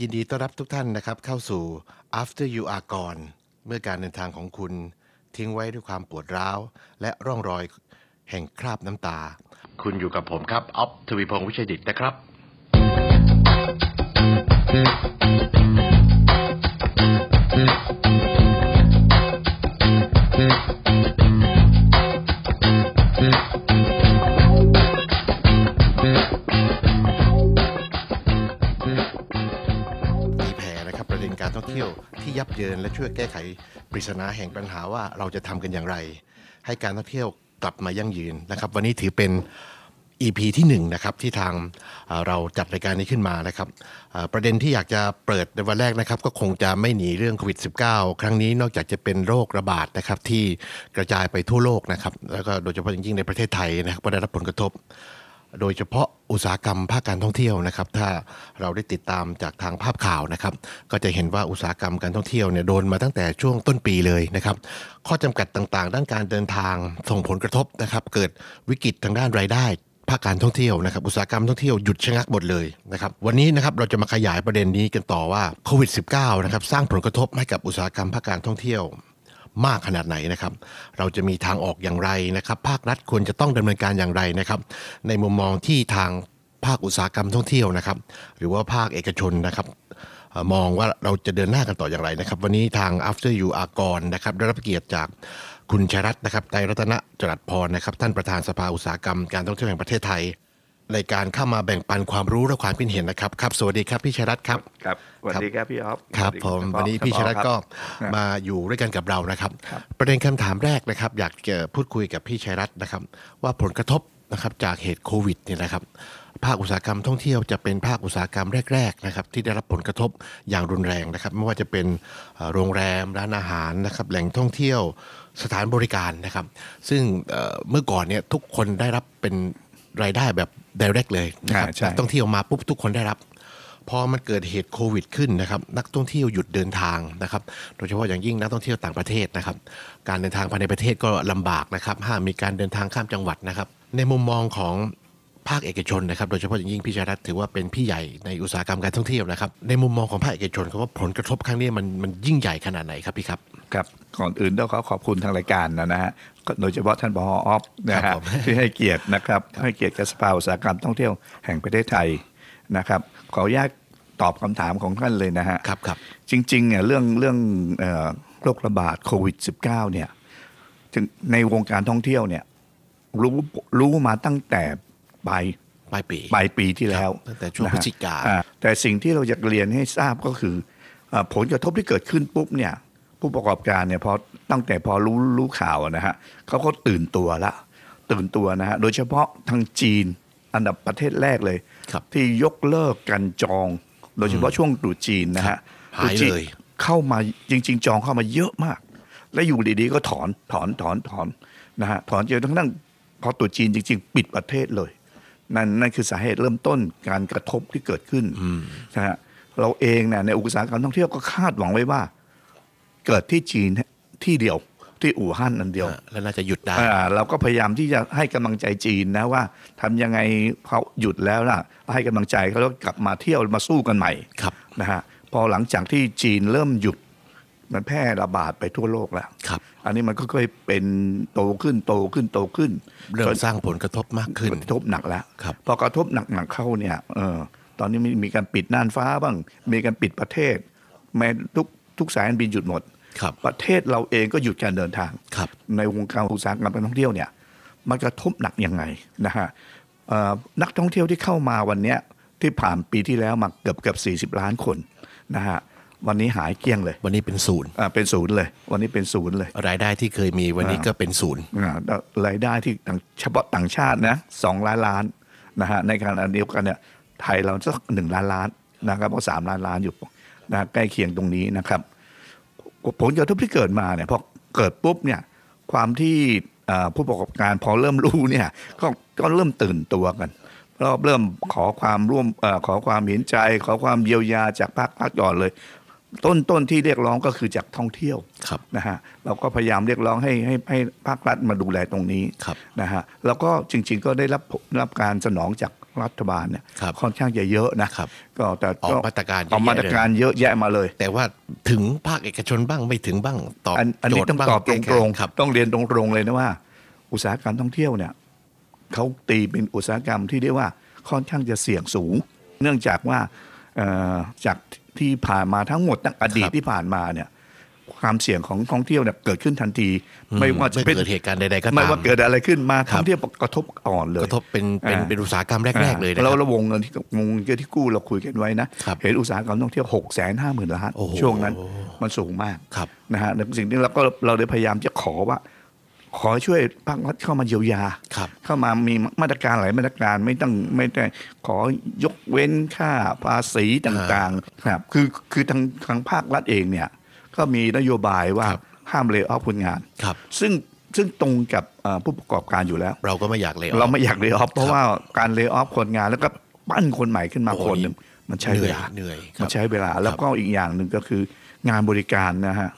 ยินดีต้อนรับทุกท่านนะครับ เข้าสู่ After You Are Gone เมื่อการเดินทางของคุณทิ้งไว้ด้วยความปวดร้าว และร่องรอยแห่งคราบน้ำตา คุณอยู่กับผมครับออฟทวีพงศ์วิชัยดิตนะครับ มีแผนนะครับประเด็นการท่องเที่ยวที่ยับเยินและช่วยแก้ไขปริศนาแห่งปัญหาว่าเราจะทำกันอย่างไร ให้การท่องเที่ยวกลับมายั่งยืนนะครับ วันนี้ถือเป็น EP ที่1นะครับที่ทางเอ่อเราจัดรายการนี้ขึ้นมานะครับเอ่อประเด็นที่อยากจะเปิดในวันแรกนะครับ ก็คงจะไม่หนีเรื่องโควิด -19 ครั้งนี้นอกจากจะเป็นโรคระบาดนะครับที่กระจายไปทั่วโลกนะครับแล้วก็โดยเฉพาะอย่างยิ่งในประเทศไทยนะครับก็ได้รับผลกระทบ โดยเฉพาะอุตสาหกรรมภาคการท่องเที่ยวนะครับ ถ้าเราได้ติดตามจากทางภาพข่าวนะครับ ก็จะเห็นว่าอุตสาหกรรมการท่องเที่ยวเนี่ยโดนมาตั้งแต่ช่วงต้นปีเลยนะครับ ข้อจำกัดต่างๆ ด้านการเดินทางส่งผลกระทบนะครับ เกิดวิกฤตทางด้านรายได้ ภาคการท่องเที่ยวนะครับอุตสาหกรรมท่องเที่ยวหยุดชะงักหมดเลยนะครับวันนี้นะครับเราจะมาขยายประเด็นนี้กันต่อว่าโควิด -19 นะครับสร้างผลกระทบให้กับอุตสาหกรรมภาคการท่องเที่ยว มากขนาดไหนนะครับ เราจะมีทางออกอย่างไรนะครับ ภาครัฐควรจะต้องดำเนินการอย่างไรนะครับ ในมุมมองที่ทางภาคอุตสาหกรรมท่องเที่ยวนะครับ หรือว่าภาคเอกชนนะครับเอ่อมองว่าเราจะเดินหน้ากันต่ออย่างไรนะครับ วันนี้ทาง After You Are Gone นะครับได้รับเกียรติจากคุณชัยรัตน์นะครับไตรรัตนจรัสพรนะครับ ท่านประธานสภาอุตสาหกรรมการท่องเที่ยวแห่งประเทศไทย ในการเข้ามาแบ่งปันความรู้และความคิดเห็นนะครับครับสวัสดีครับพี่ชัยรัตน์ครับ ครับสวัสดีครับพี่ออฟ ครับ ส ผม สดี วันนี้ ครับ พี่ชยรัตน์ก็ ครับ ครับ มาอยู่ด้วยกันกับเรานะครับ ประเด็นคำถามแรกนะครับ อยากจะพูดคุยกับพี่ชยรัตน์นะครับ ว่าผลกระทบนะครับจากเหตุโควิดเนี่ยนะครับ ภาคอุตสาหกรรมท่องเที่ยวจะเป็นภาคอุตสาหกรรมแรกๆนะครับที่ได้รับผลกระทบอย่างรุนแรงนะครับ ไม่ว่าจะเป็นเอ่อโรงแรมร้านอาหารนะครับ แหล่งท่องเที่ยวสถานบริการนะครับ ซึ่งเอ่อเมื่อก่อนเนี่ยทุกคนได้รับเป็นรายได้แบบ direct เลยนะครับ อ่าใช่ นักท่องเที่ยวมาปุ๊บทุกคนได้รับ พอมันเกิดเหตุโควิดขึ้นนะครับ นักท่องเที่ยวหยุดเดินทางนะครับ โดยเฉพาะอย่างยิ่งนักท่องเที่ยวต่างประเทศนะครับ การเดินทางภายในประเทศก็ลำบากนะครับ ห้ามมีการเดินทางข้ามจังหวัดนะครับ ในมุมมองของภาคเอกชนนะครับ โดยเฉพาะอย่างยิ่งพี่ชยรัตน์ถือว่าเป็นพี่ใหญ่ในอุตสาหกรรมการท่องเที่ยวนะครับ ในมุมมองของภาคเอกชนครับว่าผลกระทบครั้งนี้มันมันยิ่งใหญ่ขนาดไหนครับพี่ครับ ครับก่อนอื่นต้องขอขอบคุณทางรายการนะฮะก็โดยเฉพาะท่านบอออฟนะ ครั ฮะ บผม ที่ให้เกียรตินะครับ ให้เกียรติกับสภาอุตสาหกรรมท่องเที่ยวแห่งประเทศไทยนะครับ ขออนุญาตตอบคำถามของท่านเลยนะฮะ ครับครับ จริงๆเนี่ยเรื่องเรื่องเอ่อโรคระบาดโควิด -19 เนี่ยถึงในวงการท่องเที่ยวเนี่ยรู้รู้มาตั้งแต่ปลาย ปลายปี ปลายปีที่แล้ควรับตั้งแต่ช่วง นะฮะ พฤศจิกา อ่แต่สิ่งที่เราอยากเรียนให้ทราบก็คืออ่าผลกระทบที่เกิดขึ้นปุ๊บเนี่ย ผู้ประกอบการเนี่ยพอตั้งแต่พอรู้รู้ข่าวอะนะฮะเขาก็ตื่นตัวละ ตื่นตัวนะฮะโดยเฉพาะทางจีนอันดับประเทศแรกเลย ครับ ที่ยกเลิกการจอง โดยเฉพาะช่วงตรุษจีนนะฮะ หายเลย ตรุษจีนเข้ามาจริง ๆ จองเข้ามาเยอะมาก และอยู่ดีๆก็ถอนถอนถอนถอนนะฮะถอนจนทั้งนั้นพอตรุษจีนจริง ๆ ปิดประเทศเลย นั่นนั่นคือสาเหตุเริ่มต้นการกระทบที่เกิดขึ้นนะฮะเราเองเนี่ยในอุตสาหกรรมท่องเที่ยวก็คาดหวังไว้ว่า เกิดที่จีนที่เดียวที่อู่ฮั่นอันเดียว แล้วน่าจะหยุดได้ อ่าเราก็พยายามที่จะให้กำลังใจจีนนะว่าทำยังไงเขาหยุดแล้วล่ะ ให้กำลังใจเขาแล้วกลับมาเที่ยวมาสู้กันใหม่ ครับ นะฮะพอหลังจากที่จีนเริ่มหยุดมันแพร่ระบาดไปทั่วโลกแล้ว ครับ อันนี้มันก็ค่อยๆเป็นโตขึ้นโตขึ้นโตขึ้น เริ่ จ ม น สร้างผลกระทบมากขึ้น กระทบหนักแล้ว ครับ พอกระทบหนักๆเข้าเนี่ยเออตอนนี้มีมีการปิดน่านฟ้าบ้าง มีการปิดประเทศแม้ทุกทุกสายการบินหยุดหมด ครับ ประเทศเราเองก็หยุดการเดินทาง ครับ ในวงการอุตสาหกรรมการท่องเที่ยวเนี่ยมันกระทบหนักยังไงนะฮะเอ่อนักท่องเที่ยวที่เข้ามาวันเนี้ยที่ผ่านปีที่แล้วมาเกือบเกือบ40 ล้านคนนะฮะวันนี้หายเกลี้ยงเลย วันนี้เป็นศูนย์ อ่าเป็นศูนย์เลย วันนี้เป็นศูนย์เลย รายได้ที่เคยมีวันนี้ก็เป็นศูนย์ อ่าแล้วรายได้ที่ต่างเฉพาะต่างชาตินะสองล้านล้านนะฮะในขณะเดียวกันเนี่ยไทยเราสักหนึ่งล้านล้านนะครับเพราะสามล้านล้านอยู่นะใกล้เคียงตรงนี้นะครับ ผลกระทบที่เกิดมาเนี่ยพอเกิดปุ๊บเนี่ยความที่เอ่อผู้ประกอบการพอเริ่มรู้เนี่ยก็ก็เริ่มตื่นตัวกันรอบเริ่มขอความร่วมเออขอความเห็นใจ ขอความเยียวยาจากภาครัฐก่อนเลย ต้นต้นที่เรียกร้องก็คือจากท่องเที่ยว ครับ นะฮะเราก็พยายามเรียกร้องให้ให้ให้ภาครัฐมาดูแลตรงนี้ ครับ นะฮะแล้วก็จริง ๆ ก็ได้รับรับการสนองจาก รัฐบาลเนี่ย ครับ ค่อนข้างจะเยอะนะครับ ก็แต่ ออกมาตรการเยอะ ออกมาตรการเยอะแยะมาเลย แต่ว่าถึงภาคเอกชนบ้างไม่ถึงบ้างตอบ อันอันนี้ โจทต้องย์าง ตอบต แก้ไข รง ครับ ๆต้องเรียนตรงๆเลยนะว่า อุตสาหกรรมท่องเที่ยวเนี่ยเขาตีเป็นอุตสาหกรรมที่เรียกว่าค่อนข้างจะเสี่ยงสูง เนื่องจากว่าเอ่อจากที่ผ่านมาทั้งหมดตั้งอดีต ครับ ที่ผ่านมาเนี่ยความเสี่ยงของท่องเที่ยวเนี่ยเกิดขึ้นทันที ไม่ว่าจะ เมื่อ เป็น เกิดเหตุการณ์ใดๆก็ ไม่ ตาม ว่าเกิดอะไรขึ้นมา ครับ ท่องเที่ยวกระทบอ่อนเลย กระทบเป็นเป็น อ่า เป็นอุตสาหกรรมแรก ๆ เลยนะค เรา รับ ระวงเงินที่วงเงินที่กู้เราคุยกันไว้นะ ครับ เห็นอุตสาหกรรมท่องเที่ยว6กแสนห้าหมื่นล้าน โอ้โห ช่วงนั้นมันสูงมาก ครับ นะฮะในสิ่งที่เราก็เราได้พยายามจะขอว่า ขอช่วยภาครัฐเข้ามาเยียวยา ครับ เข้ามามีมาตรการหลายมาตรการไม่ต้องไม่ได้ขอยกเว้นค่าภาษีต่างๆครับคือคือทางทางภาครัฐเองเนี่ย ก็มีนโยบายว่า ครับ ห้ามเลิกออฟคนงาน ครับ ซึ่งซึ่งตรงกับเอ่อผู้ประกอบการอยู่แล้ว เราก็ไม่อยากเลย เราไม่อยากเลิกออฟเพ ครั ราะ บ ว่าการเลิกออฟคนงานแล้วก็ปั้นคนใหม่ขึ้นมา โอ้โห คนหนึ่ง นี่ มันใช้ เห เว นื่อย ลา เหนื่อยครัมัน บ ใช้เวลาแล้วก็อีกอย่างหนึ่งก็คืองานบริการนะฮะ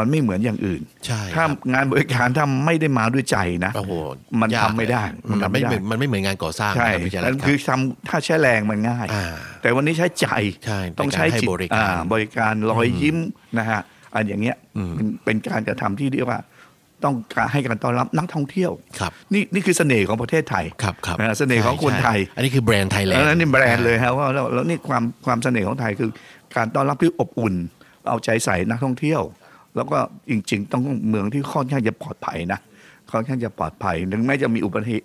มันไม่เหมือนอย่างอื่น ใช่ค ถ้า รับ งานบริการถ้าไม่ได้มาด้วยใจนะ โอ้โห มัน ยาก ทำไม่ได้ เลย มัน มัน ทำไม่ ไม่เหได้มือนมันไม่เหมือนงานก่อสร้าง ใช่ นะครับพี่จรัญนั่น รับ คือทำถ้าใช้แรงมันง่าย อ่า แต่วันนี้ใช้ใจ ใช่ ต้องใช้ ในการให้ จิต บริการ อ่าบริการรอยยิ้มนะฮะอันอย่างเงี้ยเป็นเป็นการกระทำที่เรียกว่า ต้องการให้การต้อนรับนักท่องเที่ยว ครับ นี่นี่คือเสน่ห์ของประเทศไทย ครับครับ นะฮะเสน่ห์ของคน ใช่ ไทย อันนี้คือแบรนด์ไทยแลน แล้ ด์ วนี่แบรนด์เลยครับว่าแล้วแล้วนี่ความความเสน่ห์ของไทยคือการต้อนรับที่อบอุ่น เอาใจใส่นักท่องเที่ยว แล้วก็จริง ๆ ต้องเมืองที่ค่อนข้างจะปลอดภัยนะค่อนข้างจะปลอดภัยถึงแม้จะมีอุปเหตุ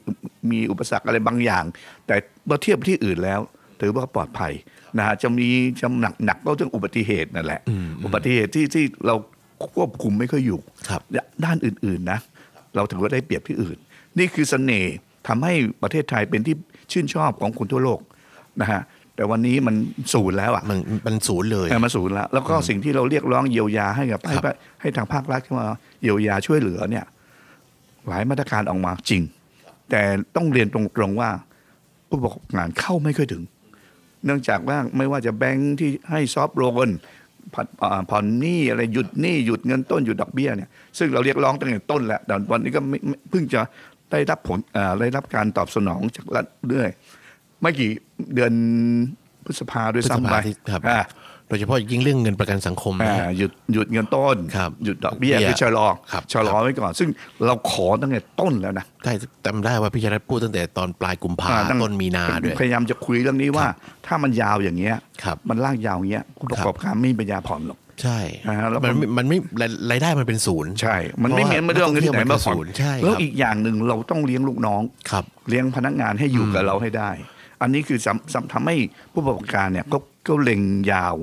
มีอุปสรรคอะไรบางอย่าง แต่เมื่อเทียบที่อื่นแล้ว ถือว่าปลอดภัยนะฮะจะมีจำหนักหนักก็เรื่องอุบัติเหตุนั่นแหละ อุบัติเหตุที่ที่เราควบคุมไม่ค่อยอยู่ ครับ ด้านอื่นๆนะ เราถือว่าได้เปรียบที่อื่น นี่คือเสน่ห์ทำให้ประเทศไทยเป็นที่ชื่นชอบของคนทั่วโลกนะฮะแต่วันนี้มันสูญแล้วอ่ะ มันมันศูนย์เลย เออมันสูญแล้ว แล้วก็สิ่งที่เราเรียกร้องเยียวยาให้กับคให้รับ ให้ทางภาครัฐเข้ามาเยียวยาช่วยเหลือเนี่ย หลายมาตรการออกมาจริง แต่ต้องเรียนตรงๆว่า ผู้ประกอบการเข้าไม่ค่อยถึง เนื่องจากว่าไม่ว่าจะแบงค์ที่ให้ซอฟต์โลนผ่อนอ่าผ่อนหนี้อะไรหยุดหนี้หยุดเงินต้นหยุดดอกเบี้ยเนี่ยซึ่งเราเรียกร้องตั้งแต่ต้นแหละแต่วันนี้ก็ไม่ไม่เพิ่งจะได้รับผลอ่าได้รับการตอบสนองจากรัฐเรื่อยไม่กี่เดือนพฤษภาด้วยซ้ำพฤษไปภาที่ครับ อ่า โดยเฉพาะยิ่งเรื่องเงินประกันสังคมนะ อ่า ฮะ หยุดหยุดเงินต้น ครับ หยุดดอกเบี้ย เบี้ย คือชะลอ ครับ ชะลอไว้ก่อน ซึ่งเราขอตั้งแต่ต้นแล้วนะ ใช่จำได้ว่าพี่ชรัตพูดตั้งแต่ตอนปลายกุมภา อ่าตั้ง ต้นมีนาด้วย พยายามจะคุยเรื่องนี้ว่า ถ้ามันยาวอย่างเงี้ย ครับ มันลากยาวอย่างเงี้ยผู้ประกอบการไม่มีปัญญาผ่อนหรอก ใช่ อ่าแล้วมั มัน นมันไม่รายรายได้มันเป็นศูนย์ ใช่ มันไม่เหมือน เพราะว่า เรื่องเงินที่ไหนมาผ่อน มันเป็นศูนย์ใช่ครับ แล้วอีกอย่างหนึ่งเราต้องเลี้ยงลูกน้อง ครับ เลี้ยงพนักงานให้อยู่กับเราให้ได้ อันนี้คือสำสำทำให้ผู้ประกอบการเนี่ยก็ก็เล็งยาว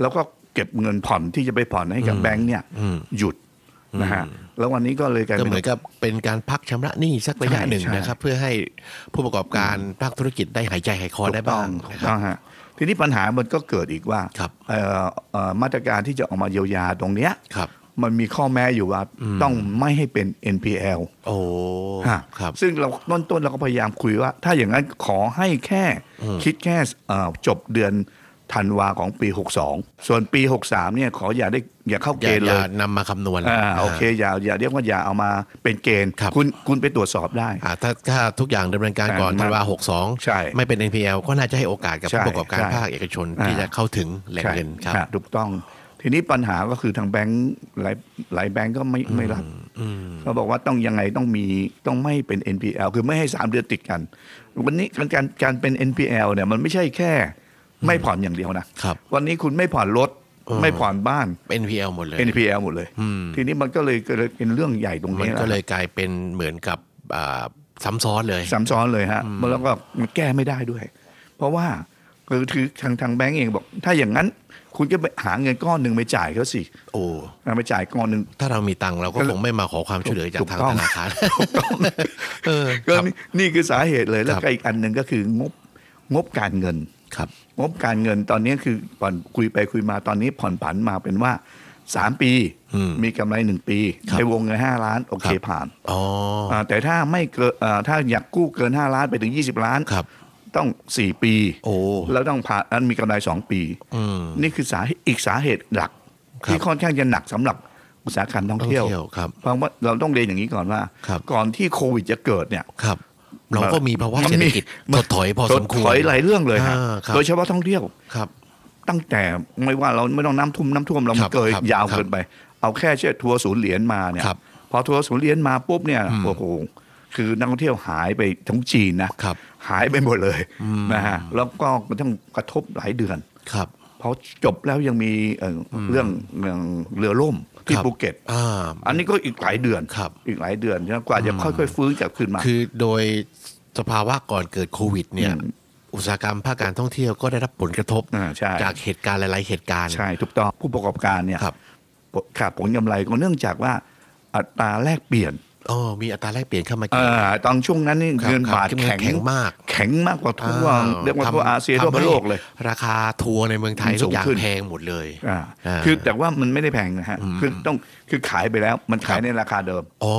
แล้วก็เก็บเงินผ่อนที่จะไปผ่อนให้กับแบงค์เนี่ยหยุดนะฮะ แล้ววันนี้ก็เลยกลาย ก็ เป็ เห น มือนกับเป็นการพักชำระหนี้สักระยะ ใช่ หนึ่ง ใช่ นะครับ เพื่อให้ผู้ประกอบการภาคธุรกิจได้หายใจหายคอได้บ้าง ถู นะ ก ค ต้ รั อบ งฮะทีนี้ปัญหามันก็เกิดอีกว่า ครับ เอ่อเอ่อมาตรการที่จะออกมาเยียวยาตรงเนี้ย ครับ มันมีข้อแม้อยู่ว่าต้องไม่ให้เป็น NPL โอ้ ฮะ ครับ ซึ่งเราต้นต้นเราก็พยายามคุยว่า ถ้าอย่างนั้นขอให้แค่คิดแค่เอ่อจบเดือนธันวาของปี 62 ส่วนปี 63เนี่ยขออย่าได้อย่าเข้า อ เก ย่า ณฑ์ อ เล ย่าย นำมาคำนวณ อ่าโอเคอย่าอย่าเรียกว่าอย่าเอามาเป็นเกณฑ์ ครับ ณคุณไปตรวจสอบได้ อ่าถ้าถ้าทุกอย่างดำเนินการก่อน อ่า ธันวา ใช่ 62 ไม่เป็น NPL ก็น่าจะให้โอกาสกับ ใช่ ผู้ประกอบการ ใช่ ภาคเอกชนที่ อ่า จะเข้าถึงแหล่งเงินครับ ใช่ถูกต้อง ทีนี้ปัญหาก็คือทางแบงค์หลายหลายแบงค์ก็ไม่ไม่รับเขาบอกว่าต้องยังไงต้องมีต้องไม่เป็น NPL คือไม่ให้ 3 เดือนติดกัน วันนี้การการการเป็น NPL เนี่ยมันไม่ใช่แค่ไม่ผ่อนอย่างเดียวนะครับ วันนี้คุณไม่ผ่อนรถ เออ ไม่ผ่อนบ้าน NPL หมดเลย NPL หมดเลย ทีนี้มันก็เลยเกิดเป็นเรื่องใหญ่ตรง มันนี้ก็ นะ เลยกลายเป็นเหมือนกับอ่าซ้ำซ้อนเลย ซ้ำซ้อนเลยฮะแล้วก็มันแก้ไม่ได้ด้วย เพราะว่าคือคือทางทางแบงก์เองบอก ถ้าอย่างนั้นคุณก็ไปหาเงินก้อนหนึ่งไปจ่ายเขาสิ โอ้ เอาไปจ่ายก้อนหนึ่ง ถ้าเรามีตังค์เราก็ ก็เลย คงไม่มาขอความช่วยเหลือจาก ถูก ทาง ต้อง ธนาคาร เออ ก็ ครับ นี่นี่คือสาเหตุเลย แล้ว ครับ ก็อีกอันหนึ่งก็คืองบงบการเงิน ครับ งบการเงินตอนนี้คือผ่อนคุยไปคุยมาตอนนี้ผ่อนผันมาเป็นว่า 3 ปี อืม มีกำไร 1 ปี ครับ ในวงเงิน 5 ล้าน โอเค ครับ ผ่าน อ๋อ อ่าแต่ถ้าไม่เกินอ่าถ้าอยากกู้เกิน 5 ล้านไปถึง 20 ล้าน ครับ ต้อง 4 ปี โอ้ แล้วต้องผ่านอันมีกำไร 2 ปี อืม นี่คือสาเหตุอีกสาเหตุหลัก ครับ ที่ค่อนข้างจะหนักสำหรับอุตสาหกรรมท่องเที่ยว ครับ เพราะว่าเราต้องเรียนอย่างนี้ก่อนว่า ครับ ก่อนที่โควิดจะเกิดเนี่ย ครับ เราก็มีภาวะเศรษฐกิจ มัถนมี ดถอยพอสมควร ถดถอยหลายเรื่องเลยฮะ ออครับ โดยเฉพาะท่องเที่ยว ครับ ตั้งแต่ไม่ว่าเราไม่ต้องน้ำท่วมน้ำท่วมเรา ครับ เกย ครับ ยาว ครับ เกินไป เอาแค่เช่นทัวร์ศูนย์เหรียญมาเนี่ย ครับ พอทัวร์ศูนย์เหรียญมาปุ๊บเนี่ยโอ้โหคือนักท่องเที่ยวหายไปทั้งจีนนะครับ หายไปหมดเลยนะฮะแล้วก็กระทั่งกระทบหลายเดือน ครับ พอจบแล้วยังมีเอ่ออเรื่องเรื่องเรือล่มที่ ครับ ภูเก็ต อ่า อันนี้ก็อีกหลายเดือน ครับ อีกหลายเดือนนะกว่าจะค่อยๆฟื้นกลับขึ้นมา คือโดยสภาวะก่อนเกิดโควิดเนี่ยอุตสาหกรรมภาคการท่องเที่ยวก็ได้รับผลกระทบ อ่าใช่ จากเหตุการณ์หลาย ๆ เหตุการณ์ ใช่ถูกต้องผู้ประกอบการเนี่ย ครับ ผลขาดผลกำไรก็เนื่องจากว่าอัตราแลกเปลี่ยน อ๋อมีอัตราแลกเปลี่ยนเข้ามา เอ่ เกี่ยว อตอนช่วงนั้นนี่ ครับ เงิน ครับ บาท เงิ แข็ น ง แข็งมาก แข็งมากกว่าทั่ว อ้ เรียกว่า ทำ ทั่วอาเซียนทั่ว ทำให้ โลกเลย ราคาทัวร์ในเมืองไทยทุสูกงอย่าง ขึ้น แพงหมดเลย อ่า า คือแต่ว่ามันไม่ได้แพงนะฮะคือต้องคือขายไปแล้วมัน ครั ขาย บ ในราคาเดิม อ๋อ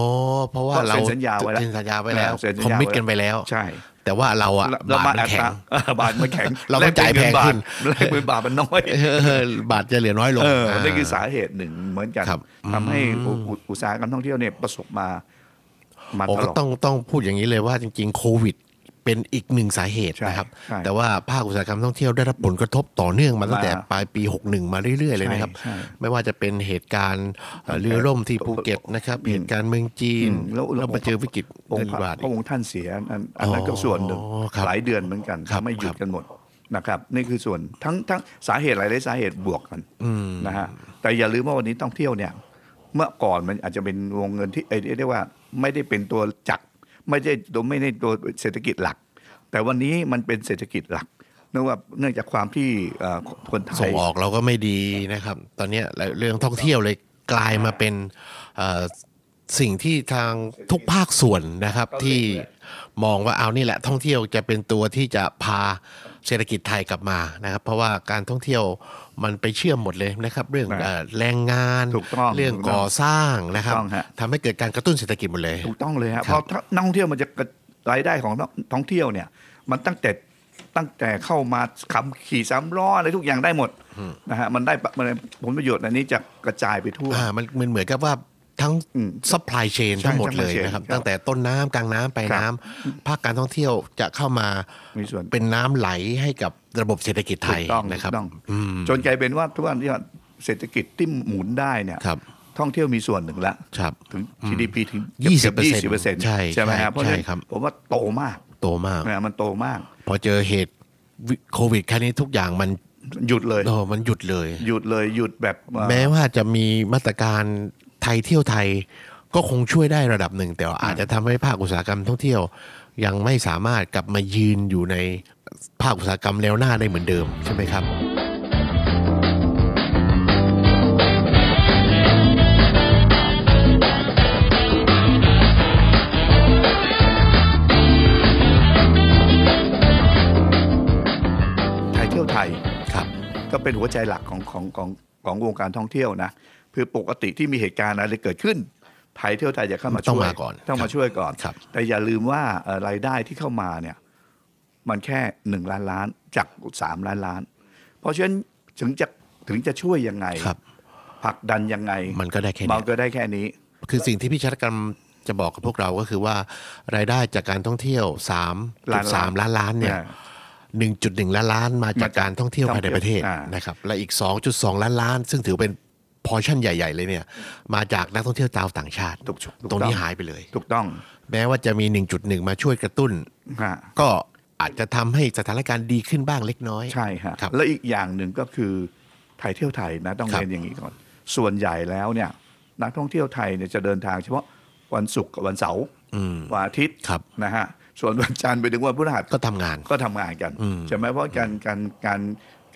เพราะว่า ก็ เรา เซ็นสัญญาไว้แล้ว เซ็นสัญญาไว้แล้ว อ่าเซ็นสัญ คอม ญา มิต ไว้ กันไปแล้ว ใช่ แต่ว่าเราอะ แล้ว บาทมัน อั แข็งตราเออบาทมันแข็ง เราต้อง แลกป็น จ่ายแพง เบา ขึ้ ท น แลกเป็นบาทมันน้อย เออบาทจะเหลือน้อยลง เออ อ่า นี่คือสาเหตุหนึ่งเหมือนกัน ครับ ทำให้ อืม อุอุอุตสาหกรรมท่องเที่ยวเนี่ยประสบมามา ผม ต ก็ ลอด ต้องต้องพูดอย่างนี้เลยว่าจริง ๆ โควิด เป็นอีกหนึ่งสาเหตุ ใช่ นะครับ ใช่ แต่ว่าภาคอุตสาหกรรมท่องเที่ยวได้รับผลกระทบต่อเนื่องมาตั้งแต่ มา ปลายปี 61 มาเรื่อย ๆ เลยนะครับ ใช่ใช่ ไม่ว่าจะเป็นเหตุการณ์เอ่อเรือล่มที่ภูเก็ตนะครับ เหตุการณ์เมืองจีน อืมแล้วแล้ว แล้วมาเจอวิกฤต อง เงิ ค์ น พระ บาท พ อี ระ ก องค์ท่านเสียอันอันนั้นก็ส่วนหนึ่ง อ๋อครับ หลายเดือนเหมือนกัน ครับ ทำให้หยุ ค ด รับ กันหมดนะครับ นี่คือส่วนทั้งทั้งสาเหตุหลายๆสาเหตุบวกกันนะฮะแต่อย่าลืมว่าวันนี้ท่องเที่ยวเนี่ย เมื่อก่อนมันอาจจะเป็นวงเงินที่เอ้ยเรียกว่าไม่ได้เป็นตัวจักรไม่ได้ตัวไม่ได้ตัวเศรษฐกิจหลัก แต่วันนี้มันเป็นเศรษฐกิจหลักเนื่องว่าเนื่องจากความที่เอ่อคนไท ส่ง ย ออกเราก็ไม่ดีนะครับ ตอนเนี้ยเรื่องท่องเที่ยวเลยกลายมาเป็นเอ่อสิ่งที่ทางทุกภาคส่วนนะครับ ที่มองว่าเอานี่แหละท่องเที่ยวจะเป็นตัวที่จะพาเศรษฐกิจไทยกลับมานะครับ เพราะว่าการท่องเที่ยวมันไปเชื่อมหมดเลยนะครับ เรื่อง นะ เอ่อแรงงาน ถูกต้อง เรื่อง ถูกต้อง ก่อสร้างนะครับ ถูกต้องฮะ ทำให้เกิดการกระตุ้นเศรษฐกิจหมดเลย ถูกต้องเลยครับ ค เพ รับ ราะถ้านักท่องเที่ยวมันจะกระรายได้ของนักท่องเที่ยวเนี่ย มันตั้งแต่ตั้งแต่เข้ามาขับขี่สามล้ออะไรทุกอย่างได้หมดนะฮะมันได้ปะมันได้ผลประโยชน์อันนี้จะกระจายไปทั่ว อ่ามันมันเหมือนกับว่าทั้ง อืม ซัพพลายเชน ใช่ ทั้งหมด supply เลย chain นะครับ ครับ ตั้งแต่ต้นน้ำกลางน้ำปลายน้ำภาคการท่องเที่ยวจะเข้ามา มีส่วน เป็นน้ำไหลให้กับระบบเศรษฐกิจไท ถู ย กต้อง นะครับ ถูกต้อง อืม จนกลายเป็นว่าทุกวันที่ว่าเศรษฐกิจที่หมุนได้เนี่ย ครับ ท่องเที่ยวมีส่วนหนึ่งละ ครับ ถึง GDP ถึง 20% 20% ใช่ ใช่ไหม ใช่ ครับเพราะฉะนั้ ใช่ครับ นผมว่าโตมาก โตมาก นะมันโตมาก พอเจอเหตุวิโควิดครั้งนี้ทุกอย่างมัน หยุดเลย โอ้มันหยุดเลย หยุดเลยหยุดแบบเอ่อ แม้ว่าจะมีมาตรการไทยเที่ยวไทย ก็คงช่วยได้ระดับหนึ่ง แต่ว่าอาจจะทำให้ภาคอุตสาหกรรมท่องเที่ยว ยังไม่สามารถกลับมายืนอยู่ในภาคอุตสาหกรรมแนวหน้าได้เหมือนเดิมใช่ไหมครับ ไทยเที่ยวไทย ครับ ก็เป็นหัวใจหลักของของของของวงการท่องเที่ยวนะคือปกติที่มีเหตุการณ์อะไรเกิดขึ้น ไทยเที่ยวไทยจะเข้ามา ต้อ ช่ ง วย มาก่อน ต้อง ครั มา บ ช่วยก่อน ครับ แต่อย่าลืมว่าเอ่อรายได้ที่เข้ามาเนี่ยมันแค่หนึ่งล้านล้านจากสามล้านล้าน เพราะฉะนั้นถึงจะถึงจะช่วยยังไง ครับ ผลักดันยังไง มันก็ได้แค่ มั นี้ นก็ได้แค่นี้ คือสิ่งที่พี่ชัดกำจะบอกกับพวกเราก็คือว่ารายได้จากการท่องเที่ยว3 ล้านล้าน 3ล้านล้านเนี่ย อ่า 1.1 ล้านล้านมาจากการท่องเที่ยวภายในประเทศ อ่า นะครับและอีก 2.2 ล้านล้าน ซึ่งถือเป็นพอชั่นใหญ่ ๆ เลยเนี่ย มาจากนักท่องเที่ยวชาวต่างชาติ ถูกถูก ตรง อ นี้หายไปเลย ถูกต้อง แม้ว่าจะมี 1.1 มาช่วยกระตุ้น ฮะ ก็อาจจะทำให้สถานการณ์ดีขึ้นบ้างเล็กน้อย ใช่ฮะ ครับ และอีกอย่างหนึ่งก็คือไทยเที่ยวไทยนะต้อง ครับ เรียนอย่างนี้ก่อน ส่วนใหญ่แล้วเนี่ยนักท่องเที่ยวไทยเนี่ยจะเดินทางเฉพาะวันศุกร์กับวันเสาร์วันอาทิตย์ ครับ นะฮะส่วนวันจันทร์ไปถึงวันพฤหัส ก็ทำงาน ก็ทำงานกันใช่ไหมเพราะการการการ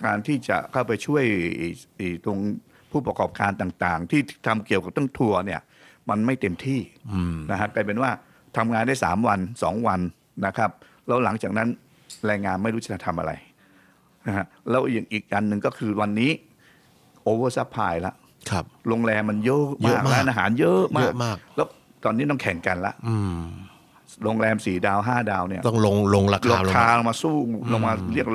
การที่จะเข้าไปช่วยอีอีตรงผู้ประกอบการต่างๆ ที่ทำเกี่ยวกับตั้งทัวร์เนี่ยมันไม่เต็มที่นะฮะกลายเป็นว่าทำงานได้สามวันสองวันนะครับแล้วหลังจากนั้นแรงงานไม่รู้จะทำอะไร นะฮะแล้วอีกอีกอันหนึ่งก็คือวันนี้โอเวอร์ซัพพลายละ ครับ โรงแรมมันเยอะ เยอะมาก มาก ร้านอาหารเยอะมาเยกอะมาก แล้วตอนนี้ต้องแข่งกันละ อืม โรงแรมสี่ดาวห้าดาวเนี่ย ต้องลงลงรา ล คา ด ลง คา มา ลงมาสู้ลงมาเรียก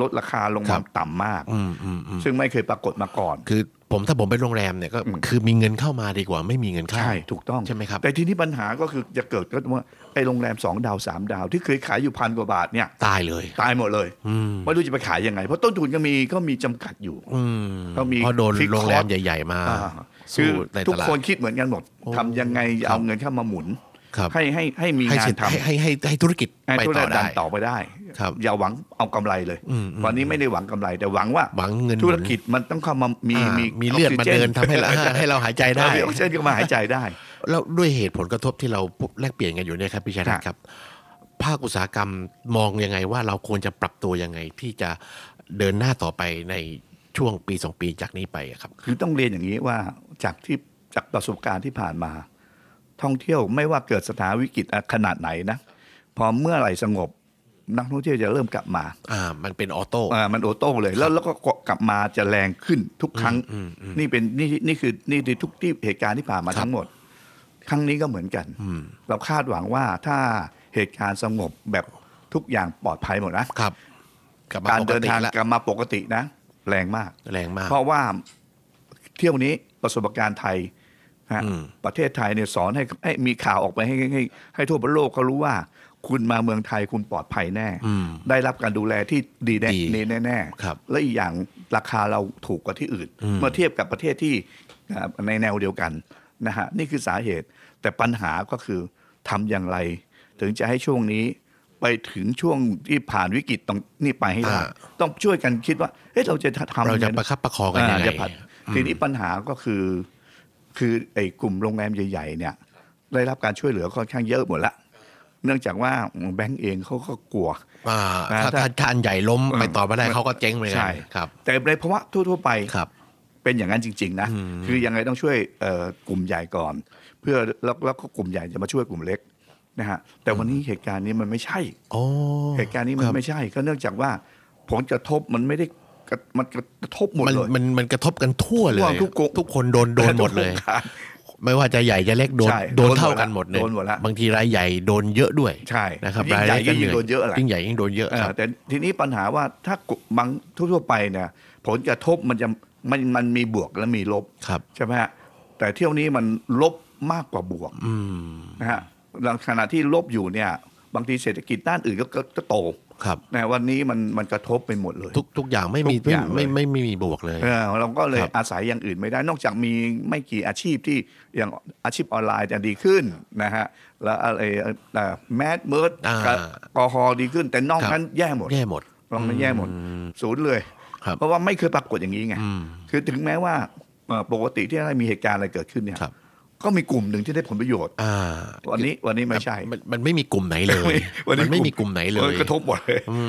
ลดราคาลง ครั มา บ ต่ำมาก อืมอืมอืม ซึ่งไม่เคยปรากฏมาก่อน คือผมถ้าผมไปโรงแรมเนี่ยก็คือมีเงินเข้ามาดีกว่าไม่มีเงินเข้า ใช่ ถูกต้อง ใช่ไหมครับ แต่ทีนี้ปัญหาก็คือจะเกิดก็ว่าไอ้โรงแรมสองดาวสามดาว ที่เคยขายอยู่พันกว่าบาทเนี่ย ตายเลย ตายหมดเลย อืม ไม่รู้จะไปขายยังไง เพราะต้นทุนก็มีก็มีจำกัดอยู่ อืม ก็มี เพราะโดน fixed โรงแรม cost ใหญ่ ๆ มา อ่าคื สู้ อ ใน ทุ ต ก ลาด คนคิดเหมือนกันหมดทำยังไงจะเอาเงินเข้ามาหมุน ครับ ให้ให้ให้มี ให้ งา สิ น ทธิ์ ทำ ให้ให้ให้ให้ธุรกิจ ให้ ไป ธุร ต่ กิ อ จ ได้ ดันต่อไปได้ ครับ อย่าหวังเอากำไรเลย อืมอืม วันนี้ไม่ได้หวังกำไรแต่หวังว่า หวังเงินหมุน ธุรกิจมันต้องเข้ามามี อ่า มี มีเลือด ก มา ซิจ เดินทำให้เราให้เราห ายใจได้ มีอ อกซิเจนเข้ามาหายใจได้ แล้วด้วยเหตุผลกระทบที่เราพบแลกเปลี่ยนกันอยู่เนี่ยครับพี่ชา ครั ติ บ ครับ ภาคอุตสาหกรรมมองยังไงว่าเราควรจะปรับตัวยังไงที่จะเดินหน้าต่อไปในช่วงปีสองปีจากนี้ไปอะครับ คือต้องเรียนอย่างนี้ว่าจากที่จากประสบการณ์ที่ผ่านมา ท่องเที่ยวไม่ว่าเกิดสถานวิกฤตขนาดไหนนะ พอเมื่อไหร่สงบ นักท่องเที่ยวจะเริ่มกลับมา อ่า มันเป็นออโต้ อ่ามันโอโต้เลย แล้วแล้วก็กลับมาจะแรงขึ้นทุกครั้ง นี่เป็นนี่นี่คือนี่คือทุกที่เหตุการณ์ที่ผ่านมา ครับ ทั้งหมด ครั้งนี้ก็เหมือนกัน เราคาดหวังว่าถ้าเหตุการณ์สงบแบบทุกอย่างปลอดภัยหมดนะครับ กลับม การ ป เดินทาง แล้ว กลับมาปกตินะ แรงมาก แรงมาก เพราะว่าเที่ยวนี้ประสบการณ์ไทยฮะ อืม ประเทศไทยเนี่ยสอนให้ให้มีข่าวออกไปให้ให้ให้ให้ทั่วโลกเขารู้ว่า คุณมาเมืองไทยคุณปลอดภัยแน่ อืม ได้รับการดูแลที่ดีแน่ ดี แน่แน่ ครับ และอีกอย่างราคาเราถูกกว่าที่อื่น อืม เมื่อเทียบกับประเทศที่อ่าในแนวเดียวกันนะฮะนี่คือสาเหตุ แต่ปัญหาก็คือทำอย่างไร ถึงจะให้ช่วงนี้ไปถึงช่วงที่ผ่านวิกฤตตรงนี้ไปให้ได้ต้องช่วยกันคิดว่าเอ๊ะเราจะทำ เราจะ ยังไง ประคับประคองกันยังไง อ่าจะผัดทีนี้ปัญหาก็คือ คือไอ้กลุ่มโรงแรมใหญ่ ๆ เนี่ย ได้รับการช่วยเหลือค่อนข้างเยอะหมดละ เนื่องจากว่าแบงก์เองเขาก็กลัว อ่า นะ ถ้า ถ้า ถ้าถ้าอันใหญ่ล้ม อืม ไปต่อไม่ได้ มัน เขาก็เจ๊งเลย ใช่ ครับ แต่ในภาวะทั่ว ๆ ไป ครับ เป็นอย่างนั้นจริง ๆ นะ คือยังไงต้องช่วยเอ่อกลุ่มใหญ่ก่อน เพื่อแล้วแล้วก็กลุ่มใหญ่จะมาช่วยกลุ่มเล็กนะฮะแต่วันนี้เหตุการณ์นี้มันไม่ใช่ โอ้ เหตุการณ์นี้มั คน รับ ไม่ใช่ ก็เนื่องจากว่าผลกระทบมันไม่ได้กระมันกระทบหมด มัน เลย มันมันกระทบกันทั่วเลย ทั่วทุกกลุ่ม ทุกคนโดนโดนหมดเลย ไม่ว่าจะใหญ่จะเล็กโดน ใช่ โดน โดนหมด เท่า ละ กันหมดเลย โดนหมดละ บางทีรายใหญ่โดนเยอะด้วย ใช่ นะครับ ยิ่งใหญ่ รายเล็ ก็ยิ่งโดนเยอะแหละ ยิ่งใหญ่ยิ่งโดนเยอะ เอ ค อ รับ แต่ทีนี้ปัญหาว่าถ้ากลุ่มบางทั่วๆไปเนี่ยผลกระทบมันจะมันมันมีบวกและมีลบ ครับ ใช่ไหมฮะแต่เที่ยวนี้มันลบมากกว่าบวก อืม นะฮะแล้วขณะที่ลบอยู่เนี่ยบางทีเศรษฐกิจด้านอื่นก็ก็ก็โต ครับ นะวันนี้มันมันกระทบไปหมดเลย ทุกทุกอย่างไม่มี ทุกอย่างเลย ไม่ไม่ไม่มีบวกเลย เออเราก็เลย ครับ อาศัยอย่างอื่นไม่ได้ นอกจากมีไม่กี่อาชีพที่อย่างอาชีพออนไลน์จะดีขึ้นนะฮะแล้วอะไรแมสเมิร์ดแอลกอฮอล์ดีขึ้น แต่นอกนั้นแย่หมด แย่หมด ลองนั้นแย่หมดศูนย์เลย ครับ เพราะว่าไม่เคยปรากฏอย่างนี้ไงคือถึงแม้ว่าเอ่อปกติที่ได้มีเหตุการณ์อะไรเกิดขึ้นเนี่ย ครับ ก็มีกลุ่มหนึ่งที่ได้ผลประโยชน์ อ่า วันนี้วันนี้ไม่ใช่ นมันไม่มีกลุ่มไหนเลย มันไม่มีกลุ่มไหนเลย กระทบหมดเลย อื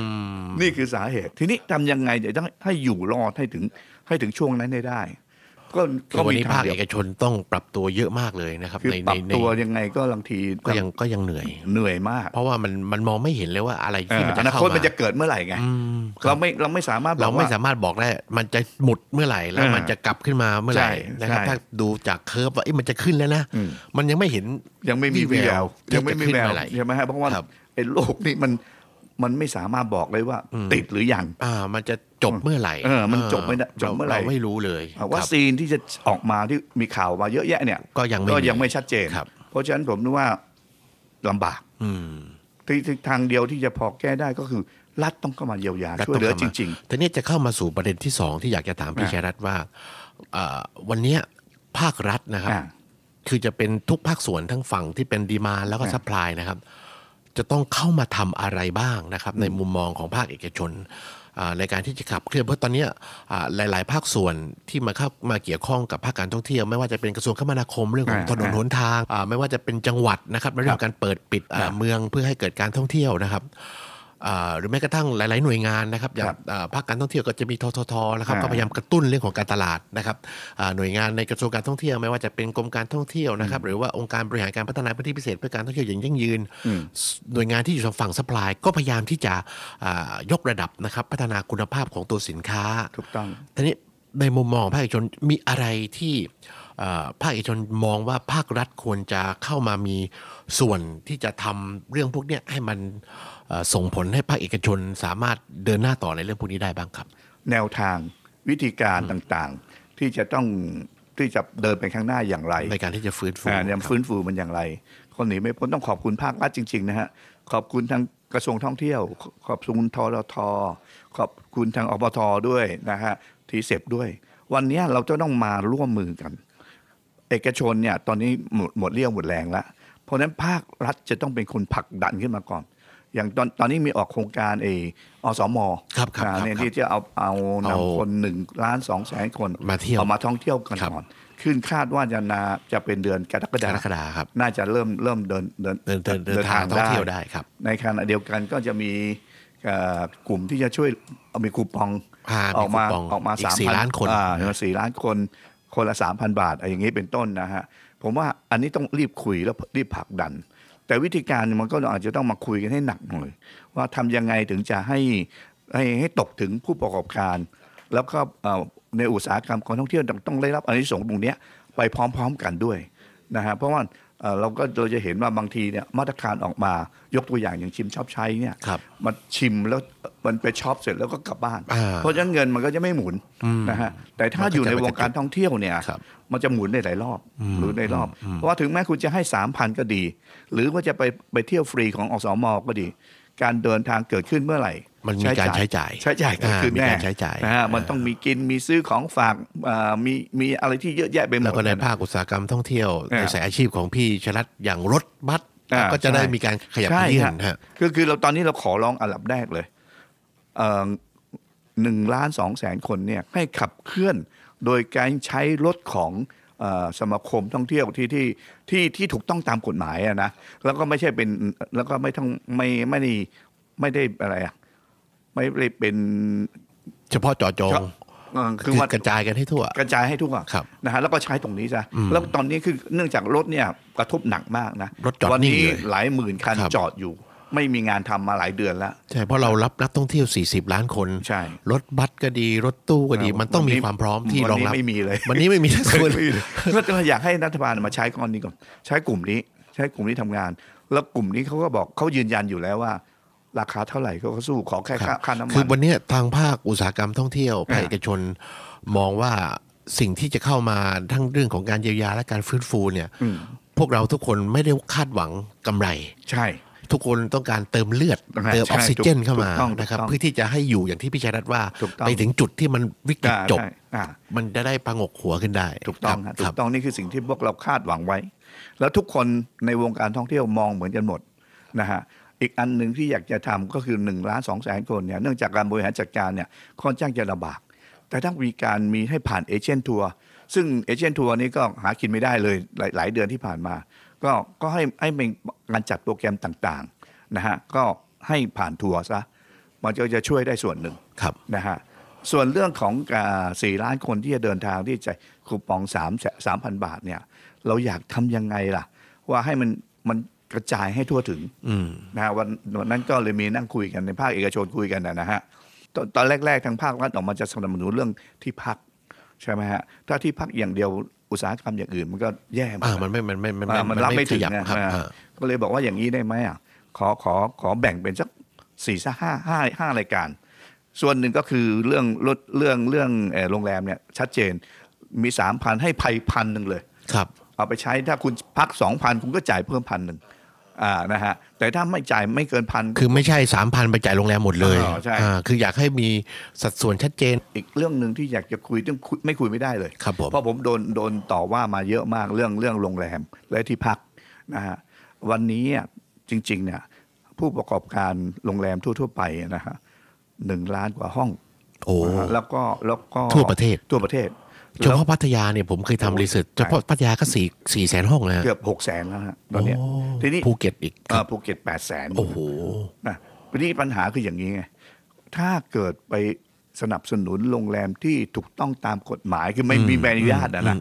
ม นี่คือสาเหตุ ทีนี้ทำยังไงจะต้องให้อยู่รอดให้ถึงให้ถึงช่วงนั้นได้ได้ ก็ คื ก็ อวัน มี นี้ ทา ภาง ค เดีย เอ ว กชนต้องปรับตัวเยอะมากเลยนะครับ คือ ในในปรับ ใน ตัวยังไงก็บางที ก็ยังก็ยังเหนื่อย เหนื่อยมาก เพราะว่ามันมันมองไม่เห็นเลยว่าอะไร เอ ที่ อ มัน อ จะ นา เข้า คต มา มันจะเกิดเมื่อไหร่ไง อืม เราไม่เราไม่สามารถบ เรา อก ไม่ ว่า สามารถบอกได้ มันจะหมุดเมื่อไหร่แล้ว อ่ามั มันจะกลับขึ้นมาเมื่อไหร่ ใช่ นะครับ ใช่ ถ้าดูจากเคอร์ฟว่าเอ๊ะมันจะขึ้นแล้วนะ อืม มันยังไม่เห็น ยังไม่มี มี แว แว ว ว ยังไม่มีที่แววจะขึ้นเมื่อไหร่ ใช่ไหมฮะเพราะว่า ครับ ไอ้โลกนี้มันมันไม่สามารถบอกเลยว่า ติดหรือยัง อ่า มันจะจบเมื่อไหร่ เออมันจบไม่ได้จบเมื่อไหร่ าไม่รู้เลย อ่ะวั ค ครับ ซีนที่จะออกมาที่มีข่าวมาเยอะแยะเนี่ย ก็ยังไม่ ก็ มี ยังไม่ชัดเจน ครับ เพราะฉะนั้นผมนึกว่าลำบาก อืม ที่ที่ทางเดียวที่จะพอแก้ได้ก็คือ รัฐต้องเข้ามาเยียวยาช่วยเหลือจริง ๆทีนี้จะเข้ามาสู่ประเด็นที่สองที่อยากจะถามพี่ อ่า ชัยรัตน์ว่าเอ่อวันเนี้ยภาครัฐนะค ๆ รับ อ่ะ คือจะเป็นทุกภาคส่วนทั้งฝั่งที่เป็นดีมาแล้วก็ อ่ะ ซัพพลายนะครับ จะต้องเข้ามาทำอะไรบ้างนะครับ ในมุมมองของภาคเอกชนอ่าในการที่จะขับเคลื่อนเพราะตอนเนี้ยอ่าหลาย ๆ ภาคส่วนที่มาเข้ามาเกี่ยวข้องกับภาคการท่องเที่ยวไม่ว่าจะเป็นกระทรวงคมนาคมเรื่องของ อ่ะ ถนนหนทางอ่าไม่ว่าจะเป็นจังหวัดนะครับในเรื่องของการเปิดปิดอ่า ครับ เมืองเพื่อให้เกิดการท่องเที่ยวนะครับอ่าหรือแม้กระทั่งหลาย ๆ หน่วยงานนะครับอย่าง ครับ อ่าภาคการท่องเที่ยวก็จะมีทททนะครับ อ่า ก็พยายามกระตุ้นเรื่องของการตลาดนะครับอ่าหน่วยงานในกระทรวงการท่องเที่ยวไม่ว่าจะเป็นกรมการท่องเที่ยวนะครับ หรือว่าองค์การบริหารการพัฒนาพื้นที่พิเศษเพื่อการท่องเที่ยวอย่างยั่งยืน อืม หน่วยงานที่อยู่ทางฝั่งซัพพลายก็พยายามที่จะอ่ายกระดับนะครับ พัฒนาคุณภาพของตัวสินค้า ถูกต้อง ทีนี้ ในมุมมองของภาคเอกชนมีอะไรที่เอ่อภาคเอกชนมองว่าภาครัฐควรจะเข้ามามีส่วนที่จะทำเรื่องพวกเนี้ยให้มันเอ่อส่งผลให้ภาคเอกชนสามารถเดินหน้าต่อในเรื่องพวกนี้ได้บ้างครับ แนวทางวิธีการต่างๆ ที่จะต้องที่จะเดินไปข้างหน้าอย่างไร ในการที่จะฟื้นฟู อ่ายัคงรับ ฟื้นฟูมันอย่างไร คนหนีไม่พ้นต้องขอบคุณภาครัฐจริง ๆ นะฮะ ขอบคุณทางกระทรวงท่องเที่ยว ขขอบคุณทรท ขอบคุณทางอบทด้วยนะฮะทีเสพด้วย วันเนี้ยเราจะต้องมาร่วมมือกัน เอกชนเนี่ยตอนนี้หมดหมดเรี่ยวหมดแรงแล้ว เพราะฉะนั้นภาครัฐจะต้องเป็นคนผลักดันขึ้นมาก่อน อย่างตอนตอนนี้มีออกโครงการเออสม ครับครับ อ่าเนี่ย ครับ ที่จะเอาเอา เอา นำคนหนึ่งล้านสองแสนคน มาเที่ยว อมาท่องเที่ยวกันก่อนขึ้นคาดว่าจะนาจะเป็นเดือนกรก ก ฎาค ร ม กฎาคมครับ น่าจะเริ่มเริ่มเดินเดิน เดินเดินเดินทางท่องเที่ยวได้ครับ ในขณะเดียวกันก็จะมีเอ่อกลุ่มที่จะช่วยเอามีคูปอง อ่ามี ออกมา คูปอง ออกมา อีก สาม สี่ล้านคน อ่าสี่ล้านคนคนละสามพันบาทอะไรอย่างนี้เป็นต้นนะฮะผมว่าอันนี้ต้องรีบคุยแล้วรีบผลักดัน แต่วิธีการมันก็อาจจะต้องมาคุยกันให้หนักหน่อย ว่าทำยังไงถึงจะให้ให้ให้ตกถึงผู้ประกอบการ แล้วก็เอ่อในอุตสาหกรรมการท่องเที่ยวต้องต้องได้รับอานิสงส์ตรงเนี้ยไปพร้อม ๆ กันด้วยนะฮะเพราะว่าเอ่อเราก็เราจะเห็นว่าบางทีเนี่ยมาตรการออกมายกตัวอย่างอย่างชิมชอบใช้เนี่ย ครับ มันชิมแล้วมันไปช็อปเสร็จแล้วก็กลับบ้าน อ่า เพราะฉะนั้นเงินมันก็จะไม่หมุนนะฮะแต่ถ้าอยู่ในวงการท่องเที่ยวเนี่ย ครับ มันจะหมุนในหลายรอบหรือในรอบ เพราะว่าถึงแม้คุณจะให้สามพันก็ดี หรือว่าจะไปไปเที่ยวฟรีของอสมก็ดี การเดินทางเกิดขึ้นเมื่อไหร่ มันมีการใช้จ่าย ใช้จ่ายเกิดขึ้น อ่ามี แน่ การใช้จ่าย นะฮะมันต้องมีกินมีซื้อของฝากอ่ามีมีอะไรที่เยอะแยะไปหมด แล้วก็ในภาคอุตสาหกรรมท่องเที่ยว อ่า ในสายอาชีพของพี่ชลัดอย่างรถบัส อ่า ก็จะ ใช่ ได้มีการขยับ ใช่ เยื่น ฮะ ฮะ คือคือเราตอนนี้เราขอร้องอันดับแรกเลยหนึ่งล้านสองแสนคนเนี่ยให้ขับเคลื่อนโดยการใช้รถของเอ่อสมาคมท่องเที่ยวที่ที่ที่ที่ถูกต้องตามกฎหมายอะนะแล้วก็ไม่ใช่เป็นแล้วก็ไม่ต้องไม่ไม่ได้ไม่ได้อะไรอะไม่ได้เป็น เฉพาะเจอจง เอ่อคื คือ อ ว่า กระจายกันให้ทั่ว กระจายให้ทุกอ่ะ ครับ นะฮะแล้วก็ใช้ตรงนี้ซะแล้วตอนนี้คือเนื่องจากรถเนี่ยกระทบหนักมากนะ รถจอด วันี้ นิ่งเลย หลายหมื่นคัน ครับ จอดอยู่ ไม่มีงานทำมาหลายเดือนแล้ว ใช่เพราะเรารับนักท่องเที่ยว 40 ล้านคน ใช่ รถบัสก็ดี รถตู้ก็ดี มันต้องมี นนี้ ความพร้อมที่รองรับ วันนี้ไม่มีเลย วันนี้ไม่มี ทั้ง คน ก็ก็อยากให้รัฐบาลมาใช้ก้อนนี้ก่อน ใช้กลุ่มนี้ ใช้กลุ่มนี้ทำงาน แล้วกลุ่มนี้เขาก็บอกเขายืนยันอยู่แล้วว่า ราคาเท่าไหร่เขาก็สู้ขอแค่ค่าค่าน้ำมัน คือวันเนี้ยทางภาคอุตสาหกรรมท่องเที่ยวภาคเอกชนมองว่าสิ่งที่จะเข้ามาทั้งเรื่องของการเยียวยาและการฟื้นฟูเนี่ย อืม พวกเราทุกคนไม่ได้คาดหวังกำไร ใช่ ทุกคนต้องการเติมเลือด อ่า เติม ใช่ ออกซิเจนเข้ามา ถูกต้อง นะครับ ถูกต้อง เพื่อที่จะให้อยู่อย่างที่พี่ชายรัตน์ว่า ถูกต้อง ไปถึงจุดที่มันวิกฤตจบ ใช่อ่า มันจะได้พังกหัวขึ้นได้ ถูกต้อง ค ค รับบ ครัถู รับ กต้องนี่คือสิ่งที่พวกเราคาดหวังไว้ แล้วทุกคนในวงการท่องเที่ยวมองเหมือนกันหมดนะฮะอีกอันหนึ่งที่อยากจะทำก็คือ1นึ่งล้านสองแสนคนเนี่ยเนื่องจากการบริหารจัดการเนี่ยค่อนข้างจะลำบาก แต่ถ้ามีการมีให้ผ่านเอเจนต์ทัวร์ซึ่งเอเจนต์ทัวร์นี้ก็หากินไม่ได้เลยหลายหลายเดือนที่ผ่านมา ก็ก็ให้ให้เป็นการจัดโปรแกรมต่างๆนะฮะก็ให้ผ่านทัวร์ซะมันก็จะช่วยได้ส่วนหนึ่ง ครับ นะฮะส่วนเรื่องของสี่า4ล้านคนที่จะเดินทางที่จะคูปอง3 3,000 บาทเนี่ยเราอยากทำยังไงล่ะ ว่าให้มันมันกระจายให้ทั่วถึงนะฮะวันวันนั้นก็เลยมีนั่งคุยกันในภาคเอกชนคุยกันนะนะฮะตอนตอนแรก ๆ ทางภาครัฐออกมาจะสนับสนุนเรื่องที่พักใช่ไหมฮะถ้าที่พักอย่างเดียวอุตสาหกรรมอย่างอื่นมันก็แย่หด อ่ามันไม่มันไม่มันไม่ อ่ามันรับไม่ถึง ขยับ นะครับ อ่า อ่า ก็เลยบอกว่าอย่างนี้ได้ไหมอ่ะขอขอขอแบ่งเป็นสักสี่สักห้าห้าห้ารายการ ส่วนหนึ่งก็คือเรื่องรถเรื่องเรื่องเอ่อโรงแรมเนี่ยชัดเจนมีสามพันให้ภัยพันหนึ่งเลย ครับ เอาไปใช้ถ้าคุณพักสองพันคุณก็จ่ายเพิ่มพันหนึ่งอ่านะฮะแต่ถ้าไม่จ่ายไม่เกินพัน คือไม่ใช่สามพันไปจ่ายโรงแรมหมดเลย อ๋อใช่ อ่าคืออยากให้มีสัดส่วนชัดเจน อีกเรื่องหนึ่งที่อยากจะคุยต้องคุยไม่คุยไม่ได้เลย ครับผม เพราะผมโดนโดนต่อว่ามาเยอะมากเรื่องเรื่องโรงแรมและที่พักนะฮะวันนี้อ่ะจริงๆเนี่ยผู้ประกอบการโรงแรมทั่ว ๆ ไปนะฮะหนึ่งล้านกว่าห้อง โอ้ นะฮะแล้วก็แล้วก็ ทั่วประเทศ ทั่วประเทศ เฉพาะพัทยาเนี่ยผมเคยทำรีเสิร์ชเฉพาะพัทยาก็สี่สี่แสนห้องแล้ว เกือบหกแสนแล้วฮะตอนเนี้ย โอ้ ทีนี้ ภูเก็ตอีก เอ่อภูเก็ตแปดแสน โอ้โห นะทีนี้ปัญหาคืออย่างนี้ไง ถ้าเกิดไปสนับสนุนโรงแรมที่ถูกต้องตามกฎหมาย คือไม่มีใบอนุญาตนะนะ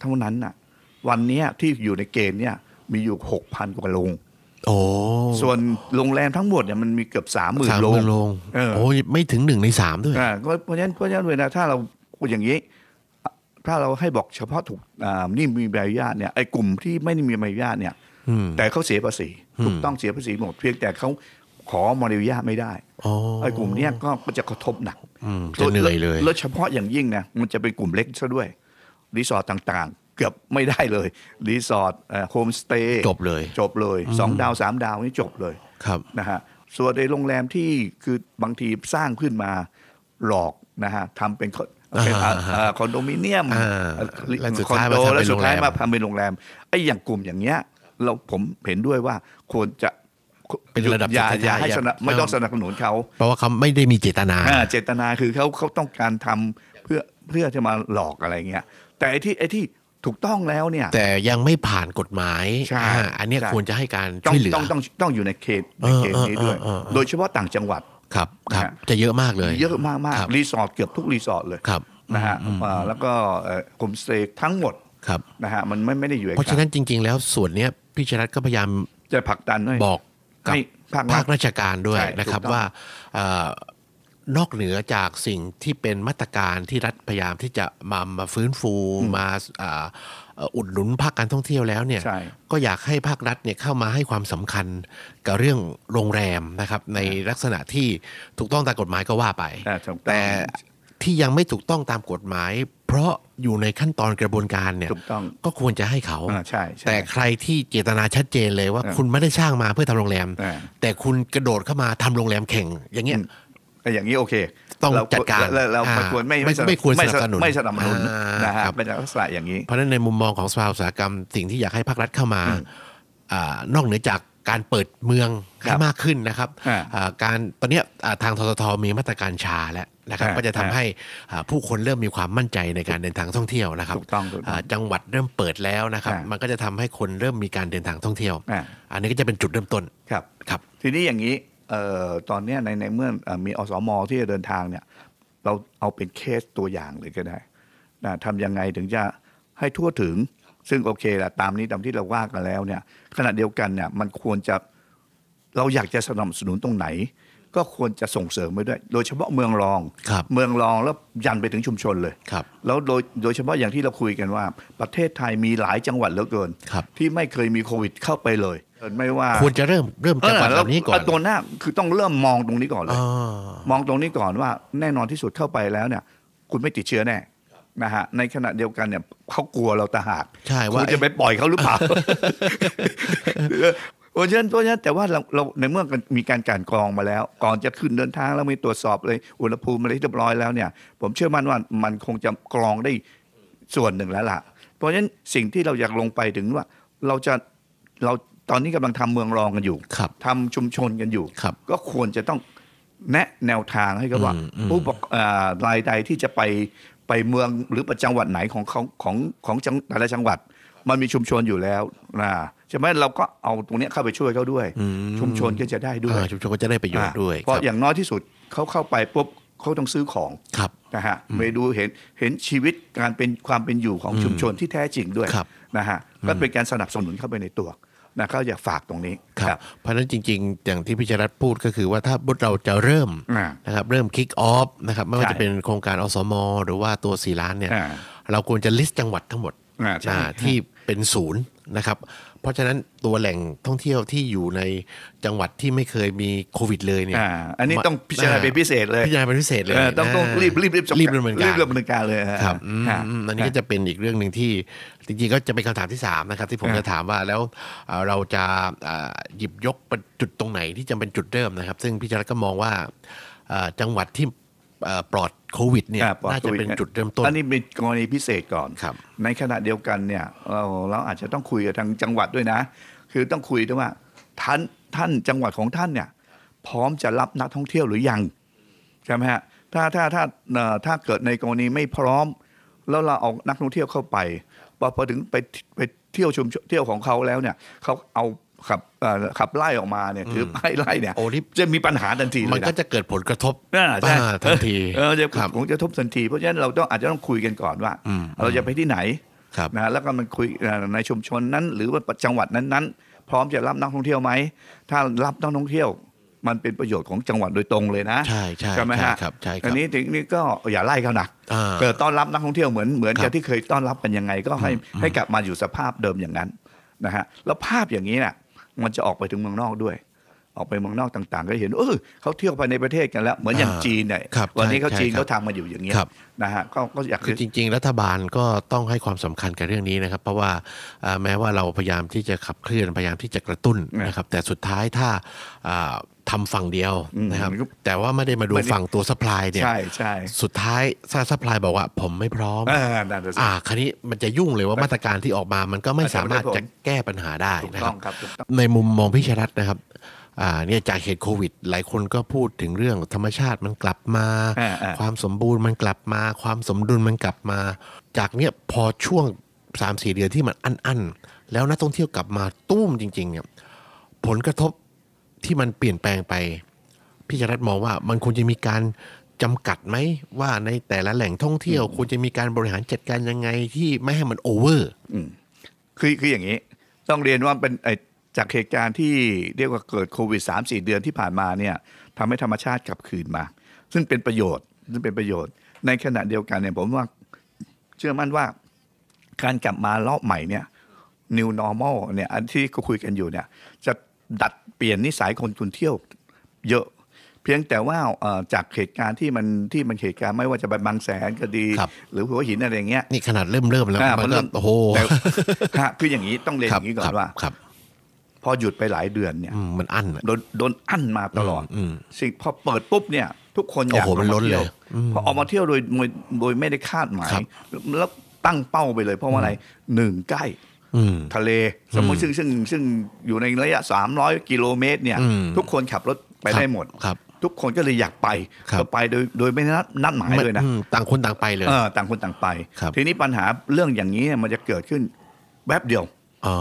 เท่านั้นน่ะ วันเนี้ยที่อยู่ในเกณฑ์เนี่ยมีอยู่ 6,000 กว่าโรง โอ้ ส่วนโรงแรมทั้งหมดเนี่ยมันมีเกือบ 30,000 สาม โร ห ง มื่นโรง เออ โอ้ยไม่ถึงหนึ่งในสามด้วย อ่าก็เพราะฉะนั้นเพราะฉะนั้นเวลาถ้าเรา พูดอย่างนี้ ถ้าเราให้บอกเฉพาะถูกอ่านี่มีใบอนุญาตเนี่ยไอ้กลุ่มที่ไม่ได้มีใบอนุญาตเนี่ย แต่เขาเสียภาษีถูกต้องเสียภาษีหมดเพียงแต่เขาขอมอนุญาตไม่ได้ อ๋อ ไอ้กลุ่มเนี้ยก็ก็จะกระทบหนัก อืมจะเหนื่อยเลย แล้วเฉพาะอย่างยิ่งนะมันจะเป็นกลุ่มเล็กซะด้วยรีสอร์ทต่างๆ เกือบไม่ได้เลยรีสอร์ทโฮมสเตย์ จบเลย จบเลยสองดาวสามดาวนี่จบเลย ครับ นะฮะส่วนในโรงแรมที่คือบางทีสร้างขึ้นมาหลอกนะฮะทำเป็นคอนเป็น อ่า อ่าคอนโดมิเนียม อ่าแล้วสุด คอน ท้าย โด มาทำเป็น แล้วสุดท้าย โรงแรม มาทำเป็นโรงแรมไอ้อย่างกลุ่มอย่างเงี้ยเราผมเห็นด้วยว่าควรจะ เป็นระดับ อย่า สุดท้ อย่าให้สนับไม่ต้องส เ นับสนุนเขา เพราะว่าเขาไม่ได้มีเจตนา อ่าเจตนาคือเขาเขาต้องการทำเพื่อเพื่อจะมาหลอกอะไรเงี้ยแต่ไอ้ที่ไอ้ที่ถูกต้องแล้วเนี่ย แต่ยังไม่ผ่านกฎหมาย ใช่ อ่าอันเนี้ย ใช่ ควรจะให้การ ต้อง ช่วยเหลือ ต้องต้องต้องอยู่ในเขตในเขตนี้ด้วย เออเออเออเออ โดยเฉพาะต่างจังหวัด ครับครับ นะฮะ จะเยอะมากเลย เยอะมากมาก ครับ รีสอร์ทเกือบทุกรีสอร์ทเลย ครับ นะฮะอ่าแล้วก็กลุ่มสเตกทั้งหมด ครับ นะฮะมันไม่ไม่ได้อยู่ เพราะฉะนั้นจริง ๆ แล้วส่วนเนี้ยพี่ชรัตก็พยายาม จะผลักดันให้ บอกกับ ให้ภาครัฐ ภาคราชการด้วย ใช่ นะครับ ถูกต้อง ว่าเอ่อนอกเหนือจากสิ่งที่เป็นมาตรการที่รัฐพยายามที่จะมามาฟื้นฟูมาอ่าเอ่ออุดหนุนภาคการท่องเที่ยวแล้วเนี่ย ใช่ ก็อยากให้ภาครัฐเนี่ยเข้ามาให้ความสำคัญกับเรื่องโรงแรมนะครับในลักษณะที่ถูกต้องตามกฎหมายก็ว่าไป อ่าถูกต้อง แต่ที่ยังไม่ถูกต้องตามกฎหมาย เพราะอยู่ในขั้นตอนกระบวนการเนี่ย ถูกต้อง ก็ควรจะให้เขา อ่าใช่ใช่ แต่ใครที่เจตนาชัดเจนเลยว่า อ่า คุณไม่ได้สร้างมาเพื่อทำโรงแรม อ่า แต่คุณกระโดดเข้ามาทำโรงแรมแข่งอย่างเงี้ย แต่อย่างนี้โอเค ต้อง เ จัดการ เเราไม่ อ่า ควรไม่ ไม่ไม่ควรสนับสนุน ไม่สนับสนุน อ่าน นะฮะ ครับ เป็นลักษณะอย่างนี้ เพราะฉะนั้นในมุมมองของสภาอุตสาหกรรมสิ่งที่อยากให้ภาครัฐเข้ามาอานอกเหนือจากการเปิดเมือง ครั ให้ บ มากขึ้นนะครับ อ่า อ่าการตอนเนี้ยอ่าทางทททมีมาตรการชาแล้วนะครับ อ่า ก็จะทำให้อ่าผู้คนเริ่มมีความมั่นใจในการเดินทางท่องเที่ยวนะครับ ถูกต้องถูกต้อง าจังหวัดเริ่มเปิดแล้วนะครับ อ่ามั มันก็จะทำให้คนเริ่มมีการเดินทางท่องเที่ยว อ่า อันนี้ก็จะเป็นจุดเริ่มต้น ครับ ครับ ทีนี้อย่างนี้เอ่อตอนเนี้ยในในเมื่อเอ่อมีอสมที่จะเดินทางเนี่ยเราเอาเป็นเคสตัวอย่างเลยก็ได้นะทำยังไงถึงจะให้ทั่วถึง ซึ่งโอเคละตามนี้ตามที่เราว่ากันแล้วเนี่ยขณะเดียวกันเนี่ยมันควรจะเราอยากจะสนับสนุนตรงไหน ก็ควรจะส่งเสริมไปด้วย โดยเฉพาะเมืองรอง ครับ เมืองรองแล้วยันไปถึงชุมชนเลย ครับ แล้วโดยโดยเฉพาะอย่างที่เราคุยกันว่า ประเทศไทยมีหลายจังหวัดเหลือเกิน ครับ ที่ไม่เคยมีโควิดเข้าไปเลยไม่ว่า ควรจะเริ่มเริ่มจังหวัดเหล่านี้ก่อน เตัวหน้าคือต้องเริ่มมองตรงนี้ก่อนเลย อ๋อ มองตรงนี้ก่อนว่าแน่นอนที่สุดเข้าไปแล้วเนี่ย คุณไม่ติดเชื้อแน่นะฮะในขณะเดียวกันเนี่ยเขากลัวเราตางหาก ใช่ว่า คุณจะไปปล่อยเขาหรือ เปล่า เพราะฉะนั้นเพราะฉะนั้นแต่ว่าเราเราในเมื่อมีการกลั่นกรองมาแล้ว ก่อนจะขึ้นเดินทางแล้วมีตรวจสอบเลยอุณหภูมิอะไรที่เรียบร้อยแล้วเนี่ย ผมเชื่อมั่นว่ามันคงจะกรองได้ส่วนหนึ่งแล้วล่ะ เพราะฉะนั้นสิ่งที่เราอยากลงไปถึงว่า เราจะเราตอนนี้กำลังทำเมืองรองกันอยู่ ครับ ทำชุมชนกันอยู่ ครับ ก็ควรจะต้องแนะแนวทางให้กับว่า ผู้ประกอบอ่ารายใดที่จะไปไปเมืองหรือประจังหวัดไหนของของของของจังแต่ละจังหวัด มันมีชุมชนอยู่แล้วนะใช่ไหมเราก็เอาตรงเนี้ยเข้าไปช่วยเขาด้วย ชุมชนก็จะได้ด้วย อ่าชุมชนก็จะได้ประโยชน์ด้วยคอ่าเพราะ รับ อย่างน้อยที่สุดเขาเข้าไปปุ๊บเขาต้องซื้อของ ครับ นะฮะไปดูเห็นเห็นชีวิตการเป็นความเป็นอยู่ของชุมชนที่แท้จริงด้วย ครับ นะฮะก็เป็นการสนับสนุนเข้าไปในตัวนะเขาอยากฝากตรงนี้ ครับเพราะฉะนั้นจริงๆ อย่างที่พิจารัตน์พูดก็คือว่าถ้าเราจะเริ่ม อ่า นะครับเริ่มคิกออฟนะครับไม่ว่า ใช่ จะเป็นโครงการอสม หรือว่าตัวสีล้านเนี่ย อ่า เราควรจะลิสต์จังหวัดทั้งหมด อ่าใช่ อ่าที่เป็นศูนย์นะครับเพราะฉะนั้นตัวแหล่งท่องเที่ยวที่อยู่ในจังหวัดที่ไม่เคยมีโควิดเลยเนี่ย อ่าอันนี้ต้องพิจารณาเป็นพิเศษเลย พิจารณาเป็นพิเศษเลย เออต้องต้อง า รีบรีบรีบจัด รีบดำเนินการ รีบดำเนินการเลยฮะ ครับอืม ฮะ อืมอันนี้ก็จะเป็นอีกเรื่องหนึ่งที่จริงๆก็จะเป็นคำถามที่ 3 นะครับ ที่ผม อ่า จะถามว่าแล้วเอ่อเราจะอ่าหยิบยกประจุดตรงไหนที่จะเป็นจุดเริ่มนะครับ ซึ่งพี่จรัตก็มองว่าเอ่อจังหวัดที่เอ่อปลอดโควิดเนี่ย าปลอด น่า โค จะ วิ เป็นจุดเริ่มต้น อันนี้เป็นกรณีพิเศษก่อน ครับ ในขณะเดียวกันเนี่ยเราเราอาจจะต้องคุยกับทางจังหวัดด้วยนะ คือต้องคุยด้วยว่าท่านท่านจังหวัดของท่านเนี่ยพร้อมจะรับนักท่องเที่ยวหรือยังใช่ไหมฮะถ้าถ้าถ้าเอ่อถ้าเกิดในกรณีไม่พร้อม แล้วเราเอานักท่องเที่ยวเข้าไปพอพอถึงไปไปเที่ยวชมเที่ยวของเขาแล้วเนี่ยเขาเอาขับเอ่อขับไล่ออกมาเนี่ยถือป้ายไล่เนี่ย โอ้นี่ จะมีปัญหาทันทีเลยนะ มันก็จะเกิดผลกระทบ อ่าใช่ อ่าทันที เออเดี๋ยว ครับ ผมจะทบทันที เพราะฉะนั้นเราต้องอาจจะต้องคุยกันก่อนว่า เราจะไปที่ไหน ครับ นะแล้วก็มันคุยเอ่อในชุมชนนั้น หรือว่าจังหวัดนั้นๆ พร้อมจะรับนักท่องเที่ยวไหม ถ้ารับนักท่องเที่ยว มันเป็นประโยชน์ของจังหวัดโดยตรงเลยนะ ใช่ใช่ ไหมฮะ ใช่ครับใช่ครับ อันนี้ถึงนี่ก็อย่าไล่เขานะ อ่า เกิดต้อนรับนักท่องเที่ยวเหมือนเหมือน ครั กับบ ที่เคยต้อนรับกันยังไง ก็ให้ให้กลับมาอยู่สภาพเดิมอย่างนั้นนะฮะแล้วภาพอย่างนี้น่ะมันจะออกไปถึงเมืองนอกด้วย ออกไปเมืองนอกต่าง ๆ ก็เห็นเออเขาเที่ยวภายในประเทศกันแล้ว เหมือนอย่าง อ่า จีนเนี่ย ครับ วันนี้ ใช่ เขา ใช่ จีน ครับ เขาทำมาอยู่อย่างเงี้ย ครับ นะฮะก็ก็อยาก คือจริง ๆ รัฐบาลก็ต้องให้ความสำคัญกับเรื่องนี้นะครับ เพราะว่าเอ่อแม้ว่าเราพยายามที่จะขับเคลื่อนพยายามที่จะกระตุ้นนะครับ แต่สุดท้ายถ้าอ่าทำฝั่งเดียวนะครับ มันก็ แต่ว่าไม่ได้มาดู ไม่ได้ ฝั่งตัวสป라이เนี่ย ใช่ใช่ สุดท้ายถ้าสป라이บอกว่าผมไม่พร้อม เออนั่นน่ะสิ อ่าคราวนี้มันจะยุ่งเลยว่ามาตรการที่ออกมามันก็ไม่สามารถ อาจจะ จะ ไม่ได้ผล แก้ปัญหาได้ ถูก นะค ต้อ รั ง บ ครับถูกต้อง ในมุมมองพิชรัตน์นะครับอ่าเนี่ยจากเหตุโควิด หลายคนก็พูดถึงเรื่องธรรมชาติมันกลับมา อ่าอ่า ความสมบูรณ์มันกลับมา ความสมดุลมันกลับมา จากเนี่ยพอช่วง3ามสี่เดือนที่มันอันอันๆแล้วนักท่องเที่ยวกลับมาตุ้มจริง ๆ เนี่ยผลกระทบที่มันเปลี่ยนแปลงไป พี่ชรัตน์มองว่ามันควรจะมีการจำกัดไหมว่าในแต่ละแหล่งท่องเที่ยวควรจะมีการบริหารจัดการยังไงที่ไม่ให้มันโอเวอร์ คือคืออย่างนี้ ต้องเรียนว่าเป็นไอ้จากเหตุการณ์ที่เรียกว่าเกิดโควิด 3 4 เดือนที่ผ่านมาเนี่ยทำให้ธรรมชาติกลับคืนมา ซึ่งเป็นประโยชน์ซึ่งเป็นประโยชน์ ในขณะเดียวกันเนี่ยผมว่าเชื่อมั่นว่าการกลับมารอบใหม่เนี่ย new normal เนี่ยอันที่ก็คุยกันอยู่เนี่ย จะดัดเปลี่ยนนิสัยคนคุณเที่ยวเยอะ เพียงแต่ว่าเอ่อจากเหตุการณ์ที่มันที่มันเหตุการณ์ไม่ว่าจะไปบางแสนก็ดี ครับ หรือหัวหินอะไรอย่างเงี้ย นี่ขนาดเริ่มเริ่มแล้ว อ่า มัน พ ก็ เริ่ โอ้โห แต่ ฮะคืออย่างนี้ต้องเรียน ค อ รับ ย่างนี้ก่อ ครั น บ ว่า ครับ พอหยุดไปหลายเดือนเนี่ย อืมมันอั้นอะ โดนโดนอั้นมาตลอด อืมอืม สิ่งพอเปิดปุ๊บเนี่ย ทุกคนอยาก โอ้โหมัน ออกา ล้นเลย ที่วพอออกมาเที่ยวโดยโดยโดยไม่ได้คาดหมาย ครับ แล้วตั้งเป้าไปเลยเพราะว่าอะไรหนึ่งใกล้ อืม ทะเลสมมติซึ่งซึ่งซึ่งอยู่ในระยะ 300 กิโลเมตรเนี่ย อืม ทุกคนขับรถไปได้หมด ครับ ทุกคนก็เลยอยากไป ครับ ก็ไปโดยโดยไม่นัดนัดหมายเลยนะ อืมต่างคนต่างไปเลย เออต่างคนต่างไป ครับ ทีนี้ปัญหาเรื่องอย่างนี้เนี่ยมันจะเกิดขึ้นแวบเดียว อ๋อ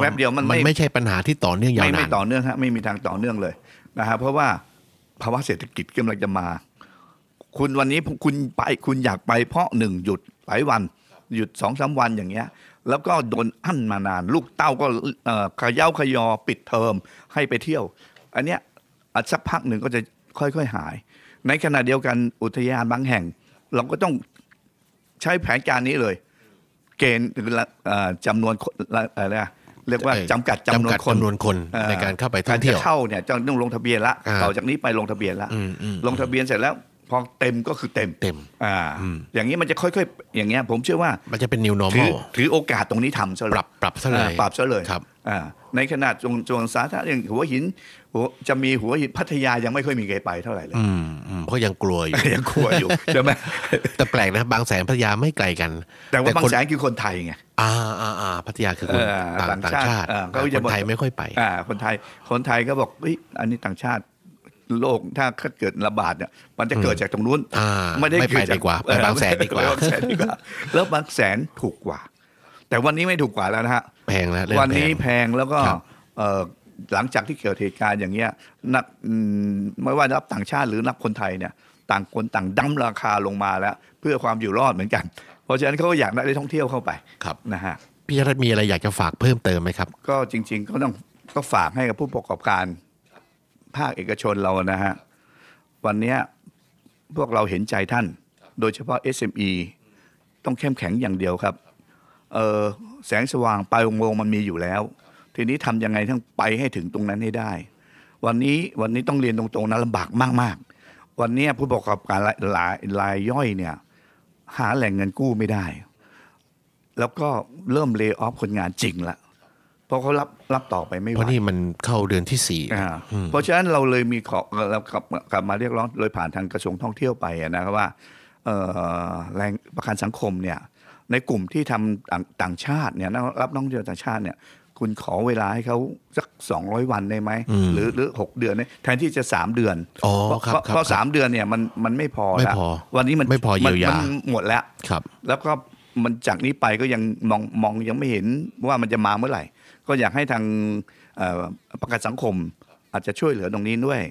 แวบเดียวมันไม่ ไม่ใช่ปัญหาที่ต่อเนื่องยาว ไม่ นา ไม่ น ต่อเนื่องฮะไม่มีทางต่อเนื่องเลยนะฮะเพราะว่าภาวะเศรษฐกิจกำลังจะมา คุณวันนี้คุณไปคุณอยากไปเพราะหนึ่งหยุดหลายวัน หยุดสองสามวันอย่างเงี้ย แล้วก็โดนอั้นมานาน ลูกเต้าก็เอ่อเขย้าขยอปิดเทอมให้ไปเที่ยว อันเนี้ยอ่ะสักพักหนึ่งก็จะค่อยๆหาย ในขณะเดียวกันอุทยานบางแห่ง เราก็ต้องใช้แผนการนี้เลย เกณฑ์เอ่อจำนวนคนอะไรนะเรียกว่า เอ่อ จำกัดจำนวนคน จำนวนคนในการเข้าไปท่องเที่ยว การจะเข้าเนี่ยจะต้องลงทะเบียนละ อ่า ต่อจากนี้ไปลงทะเบียนละ อืมอืม ลงทะเบียนเสร็จแล้วพอเต็มก็คือเต็ม เต็ม อ่า อืม อย่างนี้มันจะค่อยๆ อย่างเงี้ยผมเชื่อว่า มันจะเป็น new ถือ normal ถือโอกาสตรงนี้ทำซะเลย ปรับปรับซะเลย อ่าปรับซะเลย ครับ อ่าในขนาดจงจงสาธารณะอย่างหัวหินหัวจะมีหัวหินพัทยายังไม่ค่อยมีใครไปเท่าไหร่เลย อืมอืมเพราะยังกลัวอยู่ ยังกลัวอยู่ ใช่ไหม แต่แปลกนะบางแสนพัทยาไม่ไกลกัน แต่ว่าบาง คน แสนคือคนไทยไง อ่าอ่าอ่าพัทยาคือคน เออ ต่าง ต่าง ต่างชาติ ชาติเออก็ ค จะ น บอก ไทยไม่ค่อยไป อ่าคนไทยคนไทยก็บอกเฮ้ยอันนี้ต่างชาติโลกถ้าเกิดระบาดเนี่ยมันจะเกิดจากตรงนู้น อ่าไม่ไป เดจ ดีกว่าไปบางแสนดีกว่า ไปบางแสนดี กว่าแล้วบางแสนถูกกว่า แต่วันนี้ไม่ถูกกว่าแล้วนะฮะ แพงแล้วเริ่ม วันนี้ แพง แพงแล้วก็ ครับ เอ่อหลังจากที่เกิดเหตุการณ์อย่างเงี้ยนักอืมไม่ว่ารับต่างชาติหรือนักคนไทยเนี่ย ต่างคนต่างดั้มราคาลงมาแล้ว เพื่อความอยู่รอดเหมือนกัน เพราะฉะนั้นเขาก็อยากได้ท่องเที่ยวเข้าไป ครับ นะฮะ พี่ชรัตน์มีอะไรอยากจะฝากเพิ่มเติมไหมครับ ก็จริง ๆ ก็ต้องก็ฝากให้กับผู้ประกอบการ ภาคเอกชนเรานะฮะ วันเนี้ยพวกเราเห็นใจท่าน โดยเฉพาะ SME ต้องเข้มแข็งอย่างเดียวครับเออแสงสว่างปลายอุโมงค์มันมีอยู่แล้ว ทีนี้ทำยังไงทั้งไปให้ถึงตรงนั้นให้ได้ วันนี้วันนี้ต้องเรียนตรงๆนะลำบากมากๆ วันเนี้ยผู้ประกอบการรายรายรายย่อยเนี่ยหาแหล่งเงินกู้ไม่ได้ แล้วก็เริ่มเล y off คนงานจริงละเพราะเขารับรับต่อไปไม่ไห เพ ว ราะนี่มันเข้าเดือนที่สี่ อ่าเพราะฉะนั้นเราเลยมีขอเรากลับกลับมาเรียกร้องโดยผ่านทางกระทรวงท่องเที่ยวไปอะนะครับว่าเอ่อแรงประกันสังคมเนี่ยในกลุ่มที่ทำต่างต่างชาติเนี่ยรับน้องเที่ยวต่างชาติเนี่ยคุณขอเวลาให้เขาสัก 200 วันได้ไหม อืม หรือหรือหกเดือนเนี่ยแทนที่จะ 3 เดือน อ๋อ เพราะ ครับ เพราะ ครับ เพราะสามเดือนเนี่ยมันมันไม่พอ ไม่ ละ พอ วันนี้มัน ไม่พอเยียวยามั นหมดแล้ว ครับ แล้วก็มันจากนี้ไปก็ยังมองมองยังไม่เห็นว่ามันจะมาเมื่อไหร่ ก็อยากให้ทางเอ่อประกันสังคมอาจจะช่วยเหลือตรงนี้ด้วย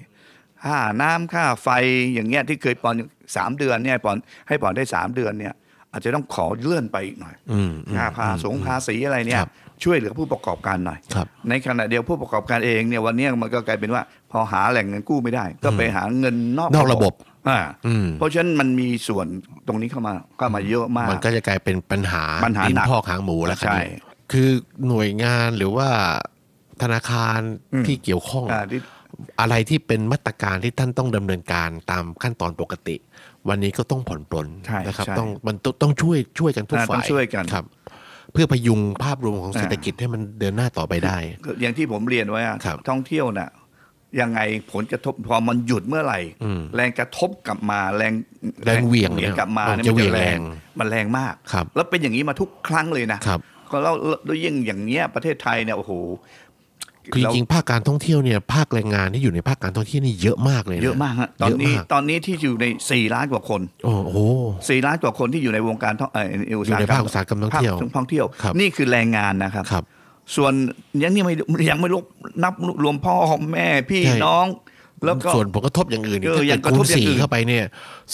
ค่าน้ำค่าไฟอย่างเงี้ยที่เคยปอนสามเดือนเนี่ยปอนให้ปอนได้สามเดือนเนี่ย อาจจะต้องขอเลื่อนไปอีกหน่อย อืมอืม ค่าภาสงภาษีอะไรเนี่ ค ย รับ ช่วยเหลือผู้ประกอบการหน่อย ครับ ในขณะเดียวผู้ประกอบการเองเนี่ยวันเนี้ยมันก็กลายเป็นว่า พอหาแหล่งเงินกู้ไม่ได้ ก็ไปหาเงินนอก นอกระบบ อ่า อืม เพราะฉะนั้นมันมีส่วนตรงนี้เข้ามาเข้ามาเยอะมาก มันก็จะกลายเป็นปัญหา ปัญหา ดิ้น หนัก พอกหางหมูแล้วครับใช่คือหน่วยงานหรือว่าธนาคาร อืม ที่เกี่ยวข้อง อ่าที่ อะไรที่เป็นมาตรการที่ท่านต้องดำเนินการตามขั้นตอนปกติ วันนี้ก็ต้องผ่อนปลน ใช่ นะครับ ใช่ ต้องมันต้องต้องช่วยช่วยกันทุก อ่า ฝ่าย ต้องช่วยกัน ครับ เพื่อพยุงภาพรวมของ อ่า เศรษฐกิจให้มันเดินหน้าต่อไปได้ อย่างที่ผมเรียนไว้อะ ครับ ท่องเที่ยวน่ะยังไงผลกระทบพอมันหยุดเมื่อไหร่ อืม แรงกระทบกลับมาแรง แรงเหวี่ยงเนี่ย กลับมา มัน เนี่ย จะเหมันวี่ จะ ยง แร แรง ง มันแรงมาก ครับ แล้วเป็นอย่างนี้มาทุกครั้งเลยนะครับ ก็แล้วแล้วยิ่งอย่างเนี้ยประเทศไทยเนี่ยโอ้โห คือจ เรา ริงๆภาคการท่องเที่ยวเนี่ยภาคแรงงานที่อยู่ในภาคการท่องเที่ยวนี่เยอะมากเลยน เยอะมากฮะตอนนี้ เยะมาก ตอนนี้ที่อยู่ใน 4 ล้านกว่าคน โอ้โห 4 ล้านกว่าคนที่อยู่ในวงการท่องเอ่อในอุตสาห อยู่ กในรรมภาคอุตสาหกรรมท่องเที่ยว ภาคท่องเที่ยว ครับ นี่คือแรงงานนะครับ ครับ ส่วนยังนี่ไม่ยังไม่รวมนับรวมพ่อแม่พี่ ใช่ น้อง แล้วก็ ส่วนผลกระทบอย่างอื่นนี่ เออ ถ้า ยั เกิดงกระ คู ทบ ณ อย่าง สี่ อื่น เข้าไปเนี่ย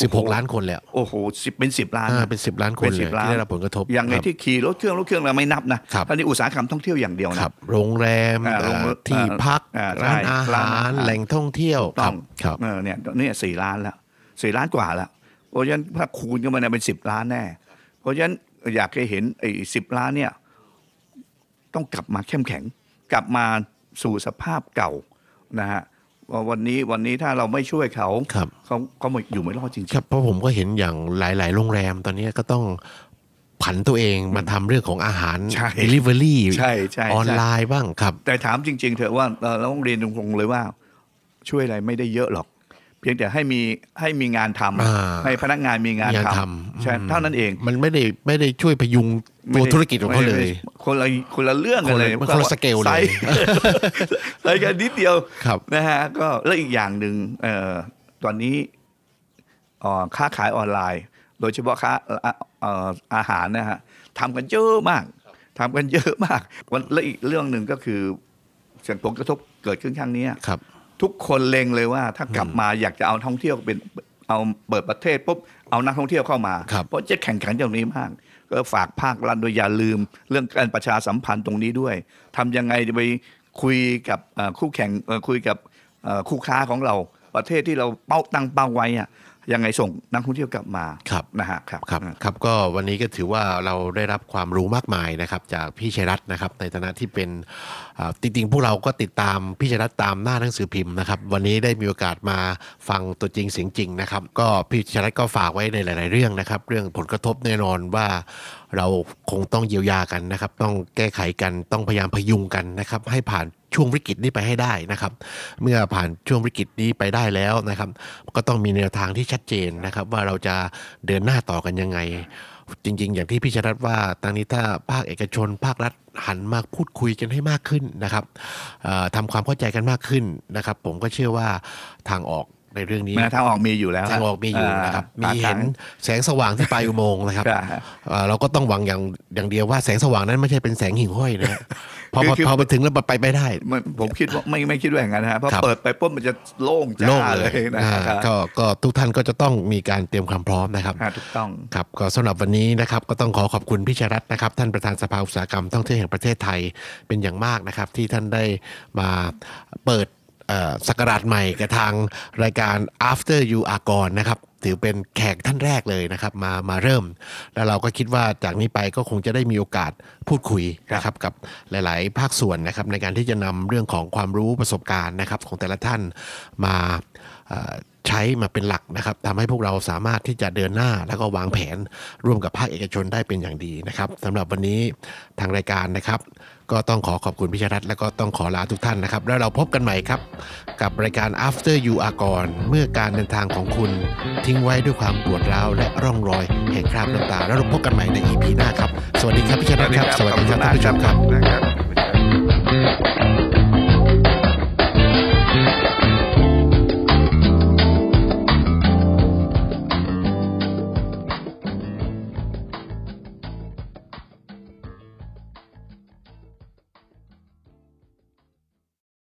สิบหกล้านคนแล้ว โอ้โหสิบเป็นสิบล้าน อ่า นะ เป็นสิบล้านคน เป็น เล สิ ย บล้าน ที่ได้รับผลกระทบ อย่างไง ครับ ที่ขี่รถเครื่องรถเครื่องเราไม่นับนะครับ ตอนนี้อุตสาหกรรมท่องเที่ยวอย่างเดียว ค นะ รับโรงแรม อ่าโรงแรม อ่าที่พัก อ่าใช่ ร้านอา ร้า หาน อาหาร รแหล่งท่องเที่ยว ต้อง ครับ เออเนี่ยเนี่ยสี่ล้านละสี่ล้านกว่าละเพราะฉะนั้นถ้าคูณกันมาเนี่ยเป็นสิบล้านแน่ เพราะฉะนั้นอยากจะเห็นไอ้สิบล้านเนี่ยต้องกลับมาเข้มแข็ง กลับมาสู่สภาพเก่านะฮะว่าวันนี้วันนี้ถ้าเราไม่ช่วยเขา ครับ เขาเขาไม่อยู่ไม่รอดจริงๆ ครับเพราะผมก็เห็นอย่างหลาย ๆ โรงแรมตอนนี้ก็ต้องผันตัวเองมาทำเรื่องของอาหาร ใช่ delivery ใช่ใช่ใช่ ออนไลน์บ้างครับ แต่ถามจริง ๆ เถอะว่าเอ่อเราต้องเรียนตรงๆเลยว่า ช่วยอะไรไม่ได้เยอะหรอก เพียงแต่ให้มีให้มีงานทำ อ่า ให้พนักงานมีงาน งาน ทำ ทำ ใช่เท่านั้นเอง มันไม่ได้ไม่ได้ช่วยพยุง ไม่ ตัว ได้ ธุรกิจของเขาเล ไม่ ย ได้คนละคนละเรื่องกันเลย คนละคนละสเกลเลย ใส่ ใส่กันนิดเดียว ครับ นะฮะก็แล้วอีกอย่างหนึ่งเอ่อตอนนี้เอ่อค้าขายออนไลน์ โดยเฉพาะค้าเอ่อเอ่ออาหารนะฮะทำกันเยอะมากทำกันเยอะมากวันและอีกเรื่องหนึ่งก็คือเสียงผลกระทบเกิดขึ้นครั้งเนี้ย ครับ ทุกคนเลงเลยว่าถ้ากลับมาอยากจะเอาท่องเที่ยวเป็นเอาเปิดประเทศปุ๊บเอานักท่องเที่ยวเข้ามา เพราะจะแข่งขันอย่างนี้มาก ก็ฝากภาครัฐโดวยอย่าลืม เรื่องการประชาสัมพันธ์ตรงนี้ด้วยทำยังไงจะไปคุยกับเอ่อคู่แข่งเอ่อคุยกับเอ่อคู่ค้าของเราประเทศที่เราเป้าตั้งเป้าไว้อะยังไงส่งนักท่องเที่ยวกลับมา ครับ นะฮะครับ ครับครับก็วันนี้ก็ถือว่าเราได้รับความรู้มากมายนะครับ จากพี่ชัยรัตน์นะครับ ในฐานะที่เป็นอ่าจริงๆพวกเราก็ติดตามพี่ชัยรัตน์ตามหน้าหนังสือพิมพ์นะครับ วันนี้ได้มีโอกาสมาฟังตัวจริงเสียงจริงนะครับ ก็พี่ชัยรัตน์ก็ฝากไว้ในหลาย ๆ เรื่องนะครับ เรื่องผลกระทบแน่นอนว่าเราคงต้องเยียวยากันนะครับ ต้องแก้ไขกันต้องพยายามพยุงกันนะครับ ให้ผ่านช่วงวิกฤตนี้ไปให้ได้นะครับ เมื่อผ่านช่วงวิกฤตนี้ไปได้แล้วนะครับ ก็ต้องมีแนวทางที่ชัดเจนนะครับ ว่าเราจะเดินหน้าต่อกันยังไง จริง ๆ อย่างที่พี่ชรัตน์ว่าตอนนี้ถ้าภาคเอกชน ภาครัฐหันมาพูดคุยกันให้มากขึ้นนะครับเอ่อทำความเข้าใจกันมากขึ้นนะครับ ผมก็เชื่อว่าทางออกในเรื่องนี้ แม้ทางออกมีอยู่แล้ว ทางออกมีอยู่นะครับ มี า เห็นแสงสว่างที่ปลายอุโมงค์นะครับ ครับ เอ่อเราก็ต้องหวังอย่างอย่างเดียวว่าแสงสว่างนั้นไม่ใช่เป็นแสงหิ่งห้อยนะฮ ะพอ คือคือ พอไปถึงแล้วมันไปไม่ได้ มันผมคิดว่าไม่ไม่คิดว่าอย่างนั้นนะฮะเพราะ ครับ เปิดไปปุ๊บมันจะโล่งจ้า โล่งเลย นะ อ่า ครับ ก็ก็ทุกท่านก็จะต้องมีการเตรียมความพร้อมนะครับ อ่าถูกต้อง ครับก็สำหรับวันนี้นะครับก็ต้องขอขอบคุณพี่ชยรัตน์นะครับ ท่านประธานสภาอุตสาหกรรมท่องเที่ยวแห่งประเทศไทยเป็นอย่างมากนะครับ ที่ท่านได้มาเปิดเอ่อสักราชใหม่กับทางรายการ after you are gone นะครับถือเป็นแขกท่านแรกเลยนะครับมามาเริ่ม แล้วเราก็คิดว่าจากนี้ไปก็คงจะได้มีโอกาสพูดคุยนะครับกับหลาย ๆ ภาคส่วนนะครับในการที่จะนำเรื่องของความรู้ประสบการณ์นะครับของแต่ละท่านมา เอ่อใช้มาเป็นหลักนะครับทำให้พวกเราสามารถที่จะเดินหน้าแล้วก็วางแผนร่วมกับภาคเอกชนได้เป็นอย่างดีนะครับสำหรับวันนี้ทางรายการนะครับ ก็ต้องขอขอบคุณพิชยรัตน์และก็ต้องขอลาทุกท่านนะครับ แล้วเราพบกันใหม่ครับ กับรายการ After You Are Gone เมื่อการเดินทางของคุณทิ้งไว้ด้วยความปวดร้าวและร่องรอยแห่งคราบน้ำตา แล้วเราพบกันใหม่ใน EP หน้าครับ สวัสดีครับพิชยรัตน์ครับ สวัสดีครับท่านผู้ชมครับ ขอณมากครับ